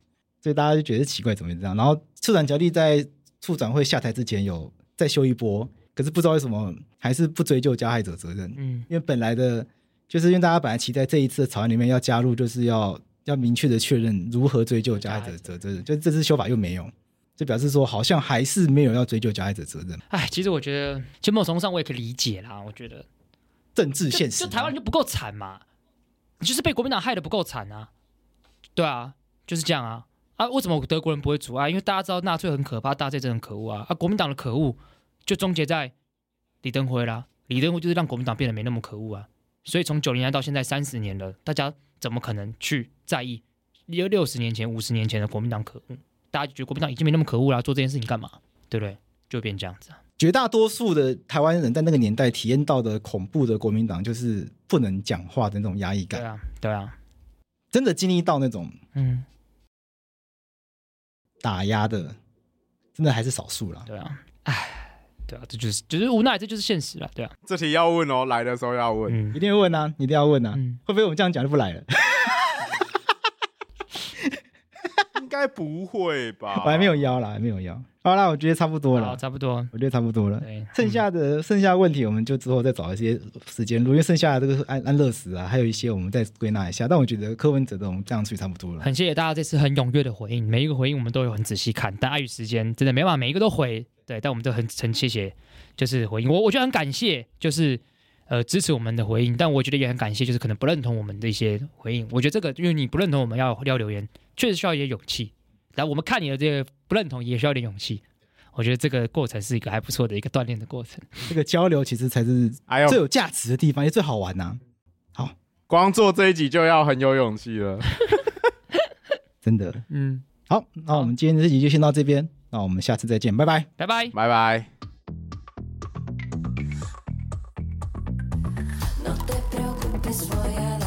所以大家就觉得奇怪，怎么会这样？然后处长角力在处长会下台之前有再修一波，可是不知道为什么还是不追究加害者责任。
嗯
因为本来的，就是因为大家本来期待这一次的草案里面要加入，就是要要明确的确认如何追究加害者责任，就这次修法又没有，就表示说好像还是没有要追究加害者责任，
哎，其实我觉得，其实某种程度上我也可以理解啦。我觉得，
政治
就
现实
就。台湾人就不够惨嘛，你就是被国民党害的不够惨啊。对啊，就是这样啊。啊，为什么德国人不会阻碍？因为大家知道纳粹很可怕，纳粹真的很可恶啊。啊，国民党的可恶就终结在李登辉啦。李登辉就是让国民党变得没那么可恶啊。所以从九零年代到现在三十年了，大家怎么可能去在意六六十年前、五十年前的国民党可恶？大家就觉得国民党已经没那么可恶啦，做这件事情干嘛？对不对？就变这样子啊。
绝大多数的台湾人在那个年代体验到的恐怖的国民党，就是不能讲话的那种压抑
对
感，
啊，对啊，
真的经历到那种
嗯，
打压的，真的还是少数啦。
对啊。啊对啊，这就是就是无奈，这就是现实了，对啊，
这题要问哦，来的时候要问。
嗯
一定会问啊，你一定要问啊，
嗯，
会不会我们这样讲就不来了？
应该不会吧？
我还没有邀啦，还没有邀。好啦，我觉得差不多
啊好，
了，
差不多，
我觉得差不多了。
对，
剩
嗯
下的剩下的问题，我们就之后再找一些时间录，因为剩下的这个安安乐死啊，还有一些我们再归纳一下。但我觉得柯文哲的我们这样去差不多 了。
很谢谢大家这次很踊跃的回应，每一个回应我们都有很仔细看，但碍于时间，真的没办法每一个都回。对，但我们都很很谢谢，就是回应我，我觉得很感谢，就是呃支持我们的回应，但我觉得也很感谢，就是可能不认同我们的一些回应。我觉得这个，因为你不认同我们要要留言，确实需要一些勇气。然后我们看你的这个不认同，也需要一点勇气。我觉得这个过程是一个还不错的一个锻炼的过程。
这个交流其实才是
哎呦
最，有价值的地方，也最好玩呐、
光做这一集就要很有勇气了。
真的。
嗯，
好，那我们今天这集就先到这边，那我们下次再见，拜拜。
拜拜。
拜拜。
No te preocupes, voy a dar